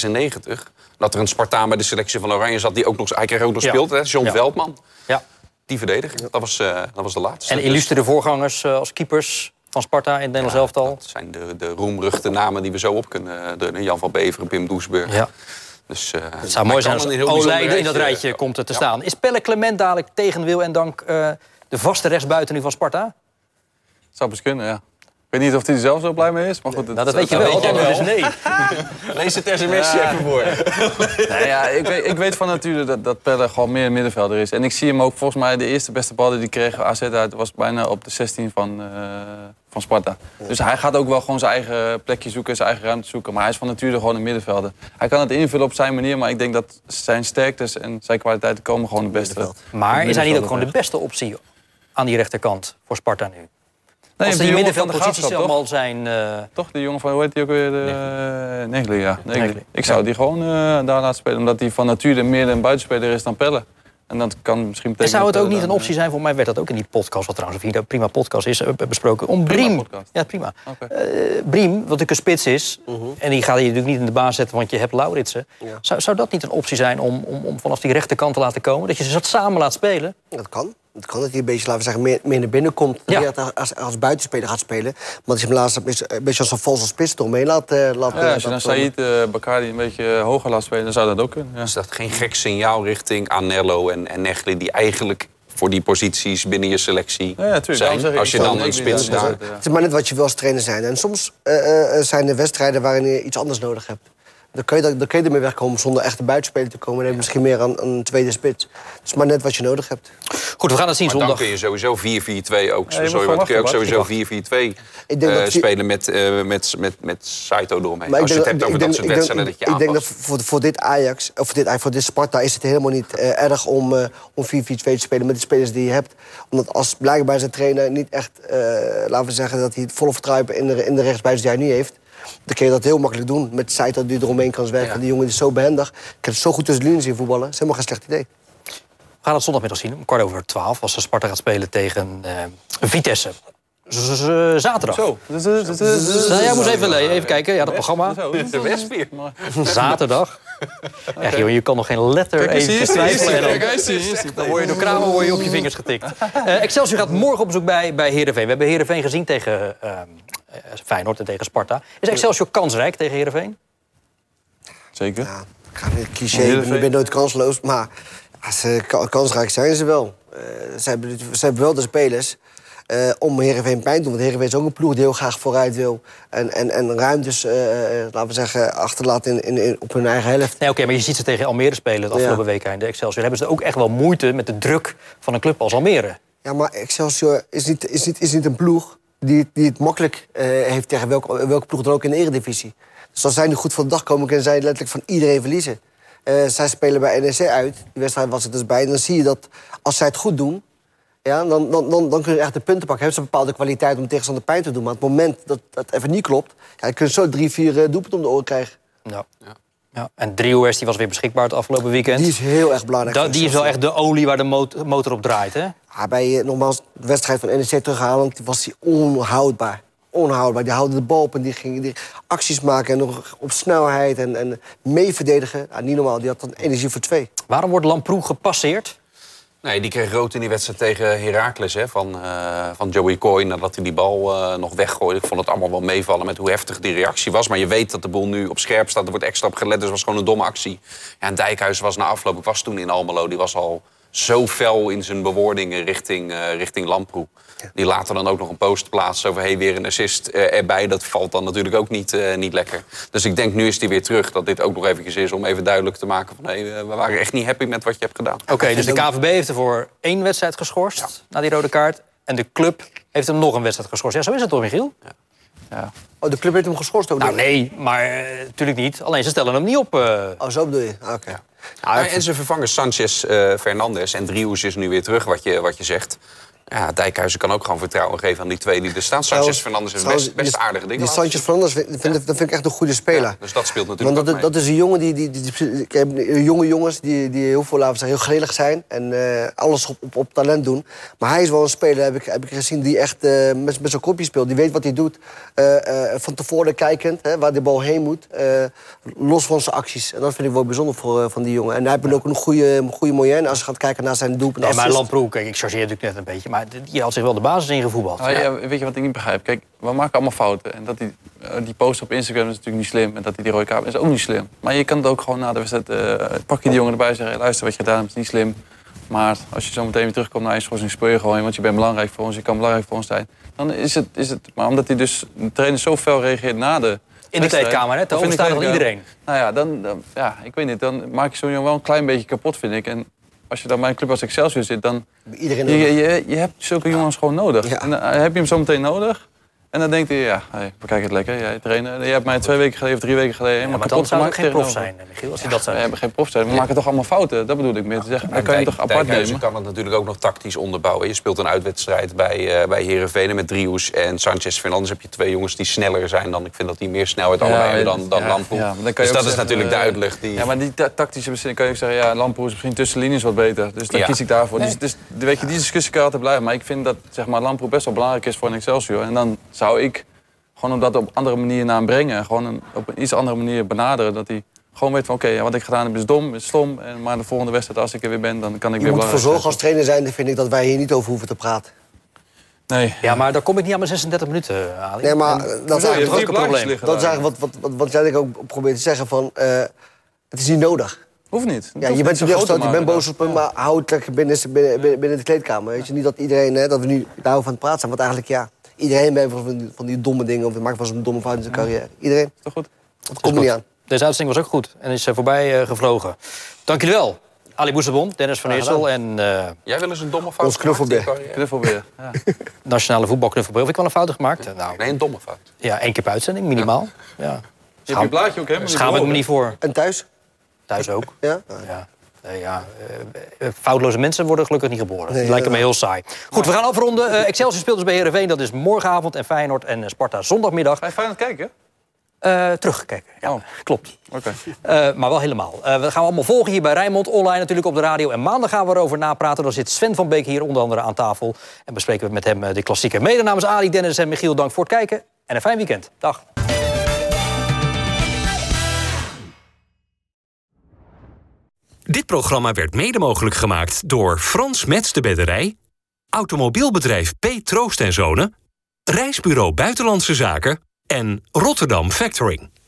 [SPEAKER 6] 1996. Dat er een Spartaan bij de selectie van Oranje zat... die ook nog, hij kreeg ook nog
[SPEAKER 2] Ja.
[SPEAKER 6] speelt, hè? John
[SPEAKER 2] Ja.
[SPEAKER 6] Veldman.
[SPEAKER 2] Ja.
[SPEAKER 6] Die verdediger. Dat was, eh, dat was de laatste.
[SPEAKER 2] En
[SPEAKER 6] Dus
[SPEAKER 2] illustere voorgangers eh, als keepers van Sparta in het Nederlands elftal.
[SPEAKER 6] Dat zijn de, de roemruchte namen die we zo op kunnen drukken. Jan van Beveren, Pim Doesburg.
[SPEAKER 2] Ja.
[SPEAKER 6] Dus, eh,
[SPEAKER 2] Het zou
[SPEAKER 6] hij
[SPEAKER 2] mooi
[SPEAKER 6] kan
[SPEAKER 2] zijn als
[SPEAKER 6] een heel
[SPEAKER 2] Olij
[SPEAKER 6] bijzonder eh,
[SPEAKER 2] in dat rijtje komt er te staan. Is Pelle Clement dadelijk tegen wil en dank eh, de vaste rechtsbuiten nu van Sparta?
[SPEAKER 5] Zou best kunnen, ja. weet niet of hij er zelf zo blij mee is, maar goed.
[SPEAKER 2] Nou, dat weet je wel, want anders is nee.
[SPEAKER 6] Lees het sms'je
[SPEAKER 5] Ja.
[SPEAKER 6] even voor.
[SPEAKER 5] nee, ja, ik, weet, ik weet van nature dat, dat Pelle gewoon meer een middenvelder is. En ik zie hem ook volgens mij de eerste beste bal die hij kreeg AZ uit was bijna op de 16 van, eh, van Sparta. Dus hij gaat ook wel gewoon zijn eigen plekje zoeken, zijn eigen ruimte zoeken. Maar hij is van nature gewoon een middenvelder. Hij kan het invullen op zijn manier, maar ik denk dat zijn sterktes en zijn kwaliteiten komen gewoon het beste.
[SPEAKER 2] Maar is hij niet ook gewoon de beste optie aan die rechterkant voor Sparta nu?
[SPEAKER 5] Nee,
[SPEAKER 2] Als
[SPEAKER 5] die
[SPEAKER 2] die
[SPEAKER 5] jongen van de
[SPEAKER 2] middenveldposities
[SPEAKER 5] Graafschap,
[SPEAKER 2] allemaal zijn... eh,
[SPEAKER 5] Toch, die jongen van, hoe heet die ook weer? De... Negli, ja. Negli.
[SPEAKER 2] Negli.
[SPEAKER 5] Ik zou die gewoon eh, daar laten spelen, omdat hij van nature meer een buitenspeler is dan Pelle. En dat kan misschien
[SPEAKER 2] En
[SPEAKER 5] betekenen...
[SPEAKER 2] zou het
[SPEAKER 5] dat
[SPEAKER 2] ook
[SPEAKER 5] Pelle
[SPEAKER 2] niet een
[SPEAKER 5] dan,
[SPEAKER 2] optie zijn? Volgens mij werd dat ook in die podcast, wat trouwens een prima podcast is, eh, besproken. Om Briem. Ja, prima. Eh, Briem, wat ook een spits is,
[SPEAKER 5] Mhm.
[SPEAKER 2] en die ga je natuurlijk niet in de baas zetten, want je hebt Lauritsen. Zou, zou dat niet een optie zijn om, om, om vanaf die rechterkant te laten komen? Dat je ze dat samen laat spelen?
[SPEAKER 4] Dat kan. Dat kan dat hij een beetje, laten we zeggen, meer, meer naar binnen komt.
[SPEAKER 2] Ja.
[SPEAKER 4] Meer als, als, als buitenspeler gaat spelen. Want als je hem laatst een beetje- een beetje als een valse spits eromheen laat... eh, laat
[SPEAKER 5] Ja,
[SPEAKER 4] eh,
[SPEAKER 5] als je dan
[SPEAKER 4] dat-
[SPEAKER 5] Said eh, Bakari een beetje hoger laat spelen, dan zou dat ook kunnen. Ja.
[SPEAKER 6] Is dat geen gek signaal richting Anello en, en Negli... die eigenlijk voor die posities binnen je selectie
[SPEAKER 5] Ja, ja, tuurlijk. Daarom zeg
[SPEAKER 6] zijn?
[SPEAKER 5] ik,
[SPEAKER 6] Als je
[SPEAKER 5] ik zou
[SPEAKER 6] dan
[SPEAKER 5] het
[SPEAKER 6] een
[SPEAKER 5] ook
[SPEAKER 6] spits
[SPEAKER 5] niet aan
[SPEAKER 6] daar...
[SPEAKER 5] zetten, ja.
[SPEAKER 4] Het is maar net wat je wil als trainer zijn. En soms eh, eh, eh, zijn er wedstrijden waarin je iets anders nodig hebt. Dan kun je, dat- dan kun je ermee wegkomen zonder echt een buitenspeler te komen. En heb je misschien meer aan een tweede spits. Het is maar net wat je nodig hebt.
[SPEAKER 2] Goed, we gaan het zien
[SPEAKER 6] Maar dan
[SPEAKER 2] zondag.
[SPEAKER 6] kun je sowieso 4-4-2 ook.
[SPEAKER 5] moet
[SPEAKER 6] sorry,
[SPEAKER 5] gewoon
[SPEAKER 6] maar kun je ook
[SPEAKER 5] wachten,
[SPEAKER 6] sowieso
[SPEAKER 5] Bart.
[SPEAKER 6] 4-4-2
[SPEAKER 4] Ik denk
[SPEAKER 6] eh,
[SPEAKER 4] dat je-
[SPEAKER 6] spelen met, eh met, met, met Saito eromheen.
[SPEAKER 4] Maar
[SPEAKER 6] Als je
[SPEAKER 4] ik
[SPEAKER 6] het
[SPEAKER 4] denk
[SPEAKER 6] hebt over dat soort
[SPEAKER 4] ik denk-
[SPEAKER 6] wedstrijden dat
[SPEAKER 4] ik
[SPEAKER 6] je
[SPEAKER 4] denk- ik denk dat
[SPEAKER 6] aanpast.
[SPEAKER 4] voor, voor dit Ajax, of voor dit, voor dit Sparta, is het helemaal niet eh, erg om, eh, om 4-4-2 te spelen met de spelers die je hebt. Omdat als blijkbaar zijn trainer niet echt, eh, laten we zeggen, dat hij het volle vertrouwen heeft in de, in de rechtsbuiten die hij nu heeft. Dan kun je dat heel makkelijk doen met Saito die eromheen kan zwerven.
[SPEAKER 6] Ja.
[SPEAKER 4] Die jongen is zo behendig. Ik heb het zo goed tussen de linies in voetballen. Dat is helemaal geen slecht idee.
[SPEAKER 2] We gaan het zondagmiddag zien, om kwart over twaalf, als de Sparta gaat spelen tegen eh, Vitesse. Z- z- z- zaterdag.
[SPEAKER 5] Zo. Dus, dus, dus, dus-
[SPEAKER 2] Nou, jij moest even, le- even kijken, ja, dat programma.
[SPEAKER 5] Zo.
[SPEAKER 6] Dit is de Westbier.
[SPEAKER 5] Maar-
[SPEAKER 2] Zaterdag. Echt, joh, je kan nog geen letter
[SPEAKER 5] Kijk eens, hier
[SPEAKER 2] even
[SPEAKER 5] is die, hier is die.
[SPEAKER 2] twijfelen. en
[SPEAKER 5] Kijk,
[SPEAKER 2] dan-
[SPEAKER 5] hij is die, hier is die.
[SPEAKER 2] Dan word je door Kramer word je op je vingers getikt. Eh, Excelsior gaat morgen op bezoek bij, bij Heerenveen. We hebben Heerenveen gezien tegen eh, eh, Feyenoord en tegen Sparta. Is Excelsior kansrijk tegen Heerenveen?
[SPEAKER 5] Zeker.
[SPEAKER 4] Ja, ik ga weer cliché,
[SPEAKER 5] Heerenveen.
[SPEAKER 4] ik ben- ik ben nooit kansloos. Maar als ze ka- kansrijk zijn ze wel. Eh, ze, hebben, ze hebben wel de spelers eh, om Heerenveen pijn te doen. Want Heerenveen is ook een ploeg die heel graag vooruit wil. En, en, en ruimtes, eh, eh, laten we zeggen, achterlaat in, in, in- op hun eigen helft.
[SPEAKER 2] Nee, oké, maar je ziet ze tegen Almere spelen het afgelopen
[SPEAKER 4] Ja.
[SPEAKER 2] week einde. Excelsior hebben ze ook echt wel moeite met de druk van een club als Almere.
[SPEAKER 4] Ja, maar Excelsior is niet, is niet, is niet een ploeg die, het- die het makkelijk eh, heeft tegen welke, welke ploeg dan ook in de eredivisie. Dus als zij nu goed van de dag komen, kunnen zij letterlijk van iedereen verliezen. Eh, zij spelen bij NEC uit, die wedstrijd was het dus bij. En dan zie je dat als zij het goed doen, ja, dan, dan, dan, dan kunnen ze echt de punten pakken. Hebben ze een bepaalde kwaliteit om tegenstander pijn te doen. Maar op het moment dat dat even niet klopt, ja, dan kunnen ze zo drie, vier eh, doelpunten om de oren krijgen.
[SPEAKER 2] Ja. Nou, Ja. En Driehoers die was weer beschikbaar het afgelopen weekend.
[SPEAKER 4] Die is heel erg belangrijk.
[SPEAKER 2] Da-
[SPEAKER 4] voor
[SPEAKER 2] die is wel
[SPEAKER 4] Excelsior.
[SPEAKER 2] echt de olie waar de mot- motor op draait, hè?
[SPEAKER 4] Ja, bij eh, nogmaals de wedstrijd van E NEC tegen Haaland was hij onhoudbaar. Onhoudbaar. Die houden de bal op en die gingen die acties maken en nog op snelheid en, en meeverdedigen. Ja, niet normaal, die had dan energie voor twee.
[SPEAKER 2] Waarom wordt Lamproe gepasseerd?
[SPEAKER 6] Nee, die kreeg rood in die wedstrijd tegen Heracles hè, van, eh, van Joey Coy nadat hij die bal eh, nog weggooide. Ik vond het allemaal wel meevallen met hoe heftig die reactie was. Maar je weet dat de boel nu op scherp staat. Er wordt extra op gelet, dus het was gewoon een domme actie. Ja, en Dijkhuis was na afloop, ik was toen in Almelo, die was al zo fel in zijn bewoordingen richting, eh, richting Lamproe. Die later dan ook nog een post plaatsen over hey, weer een assist eh, erbij. Dat valt dan natuurlijk ook niet, eh, niet lekker. Dus ik denk nu is hij weer terug. Dat dit ook nog eventjes is om even duidelijk te maken van... hey, eh, we waren echt niet happy met wat je hebt gedaan.
[SPEAKER 2] Oké, dus de KVB heeft er voor één wedstrijd geschorst na die rode kaart. En de club heeft hem nog een wedstrijd geschorst. Ja, zo is het toch, Michiel?
[SPEAKER 4] Oh, de club heeft hem geschorst ook.
[SPEAKER 2] Nou,
[SPEAKER 4] nog.
[SPEAKER 2] nee, maar eh, natuurlijk niet. Alleen ze stellen hem niet op. eh.
[SPEAKER 4] Oh, zo bedoel je? Ah, Oké.
[SPEAKER 6] Ah, en ze vervangen Sanchez, eh Fernandes en Driehoes is nu weer terug, wat je, wat je zegt. Ja, Dijkhuizen kan ook gewoon vertrouwen geven aan die twee die er staan. Sanchez, Fernandes heeft
[SPEAKER 4] Trouwens,
[SPEAKER 6] best, best
[SPEAKER 4] die-
[SPEAKER 6] aardige dingen.
[SPEAKER 4] Die
[SPEAKER 6] laten
[SPEAKER 4] Sanchez Fernandes vind, vind, dat vind ik echt een goede speler.
[SPEAKER 6] Ja, dus dat speelt natuurlijk
[SPEAKER 4] Want dat,
[SPEAKER 6] ook mee.
[SPEAKER 4] dat is een jongen die... die, die, die- ik heb jonge jongens die, die heel veel laten zijn, heel grillig zijn. En eh, alles op, op, op talent doen. Maar hij is wel een speler, heb ik, heb ik gezien, die echt eh, met, met zijn kopje speelt. Die weet wat hij doet. eh, eh, van tevoren kijkend, hè, waar de bal heen moet. eh, los van zijn acties. En dat vind ik wel bijzonder voor, eh, van die jongen. En hij heeft ook een goede, een goede moyenne als je gaat kijken naar zijn doelpunt.
[SPEAKER 2] nee, maar
[SPEAKER 4] assist.
[SPEAKER 2] Lamproe, kijk, ik chargeer natuurlijk net een beetje. Maar dit- die had zich wel de basis ingevoetbald.
[SPEAKER 5] Nou, ja, weet je wat ik niet begrijp? Kijk, we maken allemaal fouten. En dat die, eh, die post op Instagram is natuurlijk niet slim. En dat hij die rode kaart is ook niet slim. Maar je kan het ook gewoon na de wedstrijd... eh, pak je die jongen erbij en zeggen... "Hey, luister, wat je gedaan hebt is niet slim. Maar als je zo meteen weer terugkomt naar Eindhoven, speel je gewoon, want je bent belangrijk voor ons, je kan belangrijk voor ons zijn. Dan is het, is het maar omdat hij dus, de trainer zo fel reageert na de
[SPEAKER 2] de
[SPEAKER 5] wedstrijd,
[SPEAKER 2] kleedkamer, hè? Te
[SPEAKER 5] dan vind ik
[SPEAKER 2] overstaan
[SPEAKER 5] dat
[SPEAKER 2] van
[SPEAKER 5] ik, eh,
[SPEAKER 2] iedereen.
[SPEAKER 5] Nou ja, dan, dan- ja, ik weet niet, dan maak je zo'n jongen wel een klein beetje kapot, vind ik. En als je dan bij een club als Excelsior zit, dan...
[SPEAKER 4] Iedereen
[SPEAKER 5] je,
[SPEAKER 4] nodig.
[SPEAKER 5] je, je hebt zulke jongens gewoon nodig. En dan heb je hem zo meteen nodig. En dan denkt hij, ja, hey, bekijk het lekker, jij trainen. Je hebt mij twee weken geleden of drie weken geleden helemaal
[SPEAKER 2] maar dan
[SPEAKER 5] kapot
[SPEAKER 2] zou
[SPEAKER 5] gemaakt.
[SPEAKER 2] het geen prof
[SPEAKER 5] tegenover-
[SPEAKER 2] zijn, eh, Michiel, als hij dat zou
[SPEAKER 5] we hebben geen prof zijn. We maken toch allemaal fouten? Dat bedoel ik meer te zeggen. Dan
[SPEAKER 6] En
[SPEAKER 5] kan je
[SPEAKER 6] Dijk-
[SPEAKER 5] toch apart
[SPEAKER 6] Dijkhuizen
[SPEAKER 5] nemen.
[SPEAKER 6] kan het natuurlijk ook nog tactisch onderbouwen. Je speelt een uitwedstrijd bij, eh bij Heerenveen en met Drius en Sanchez Fernandes heb je twee jongens die sneller zijn dan... Ik vind dat die meer snelheid
[SPEAKER 5] Ja,
[SPEAKER 6] allebei hebben
[SPEAKER 5] weet
[SPEAKER 6] dan,
[SPEAKER 5] het.
[SPEAKER 6] dan
[SPEAKER 5] Ja,
[SPEAKER 6] Lamproe.
[SPEAKER 5] ja, maar dan kan
[SPEAKER 6] dus
[SPEAKER 5] je ook
[SPEAKER 6] dat is
[SPEAKER 5] zeggen,
[SPEAKER 6] natuurlijk
[SPEAKER 5] eh,
[SPEAKER 6] de uitleg die...
[SPEAKER 5] Ja, maar die ta- tactische beslissing kan je ook zeggen... ja, Lamproe is misschien tussen de linies wat beter. Dus dan
[SPEAKER 6] Ja.
[SPEAKER 5] kies ik daarvoor.
[SPEAKER 6] Nee.
[SPEAKER 5] Dus, dus de- weet je, die discussie kan je altijd blijven. Maar ik vind dat zeg maar, Lamproe best wel belangrijk is voor een Excelsior. En dan zou ik gewoon op dat op andere manier naar hem brengen. Gewoon een- op een iets andere manier benaderen. Dat hij gewoon weet van... oké, ja, wat ik gedaan heb is dom, is stom. En, maar de volgende wedstrijd, als ik er weer ben, dan kan ik
[SPEAKER 4] Je
[SPEAKER 5] weer
[SPEAKER 4] moet voor
[SPEAKER 5] belangrijk
[SPEAKER 4] zorg als trainer zijn, dan vind ik dat wij hier niet over hoeven te praten.
[SPEAKER 5] Nee.
[SPEAKER 2] Ja, maar daar kom ik niet aan mijn 36 minuten, eh, Ali.
[SPEAKER 4] Nee, maar
[SPEAKER 2] En-
[SPEAKER 4] dat is
[SPEAKER 2] Hoezo? Je hebt vier
[SPEAKER 4] eigenlijk ook een
[SPEAKER 2] blaadjes
[SPEAKER 4] probleem.
[SPEAKER 2] liggen
[SPEAKER 4] Dat is
[SPEAKER 2] daar.
[SPEAKER 4] eigenlijk wat, wat, wat, wat jij denk ik ook probeert te zeggen van... eh, het is niet nodig.
[SPEAKER 5] Hoeft niet.
[SPEAKER 4] Ja, je bent teleurgesteld, je bent boos op hem, maar hou het lekker binnen, binnen, binnen, binnen de kleedkamer. Weet je, niet dat iedereen, hè, dat we nu daarover aan het praten zijn. Want eigenlijk, ja, iedereen heeft van, die- van die domme dingen, of maakt wel eens een domme fout in zijn carrière. Iedereen. Is
[SPEAKER 5] toch goed?
[SPEAKER 4] Dat komt er niet aan.
[SPEAKER 2] Deze uitzending was ook goed en is eh, voorbij eh, gevlogen. Dank jullie wel. Ali Boezebon, Dennis van
[SPEAKER 6] Graag
[SPEAKER 2] Eersel en eh,
[SPEAKER 6] Jij wil eens een domme fout
[SPEAKER 2] Ons knuffelbeer.
[SPEAKER 6] gemaakt in je carrière?
[SPEAKER 5] Knuffelbeer,
[SPEAKER 2] Nationale Voetbalknuffelbril. Heb ik wel een fout gemaakt? Eh, Nou,
[SPEAKER 6] Nee, een domme fout.
[SPEAKER 2] ja, één keer per uitzending, minimaal. Ja.
[SPEAKER 5] Je hebt je blaadje ook helemaal niet
[SPEAKER 2] Schaam ik me
[SPEAKER 5] verloren.
[SPEAKER 2] niet voor.
[SPEAKER 4] En thuis?
[SPEAKER 2] Thuis ook.
[SPEAKER 4] Ja?
[SPEAKER 2] ja. Nee, ja. eh, eh, foutloze mensen worden gelukkig niet geboren.
[SPEAKER 4] Nee,
[SPEAKER 2] dat lijkt me heel
[SPEAKER 4] inderdaad.
[SPEAKER 2] saai. Goed, we gaan afronden. Eh, Excelsior speelt dus bij Heerenveen. Dat is morgenavond. En Feyenoord en eh, Sparta zondagmiddag.
[SPEAKER 5] Ga je Feyenoord kijken?
[SPEAKER 2] terugkijken, ja. Klopt.
[SPEAKER 5] Oh. Oké.
[SPEAKER 2] Eh, maar wel helemaal. Eh, we gaan we allemaal volgen hier bij Rijnmond. Online natuurlijk op de radio. En maandag gaan we erover napraten. Dan zit Sven van Beek hier onder andere aan tafel. En bespreken we met hem eh, de klassieke. Mede namens Ali, Dennis en Michiel, dank voor het kijken. En een fijn weekend. Dag.
[SPEAKER 1] Dit programma werd mede mogelijk gemaakt door Frans Mets de Bedderij, Automobielbedrijf P. Troost en Zonen, Reisbureau Buitenlandse Zaken en Rotterdam Factoring.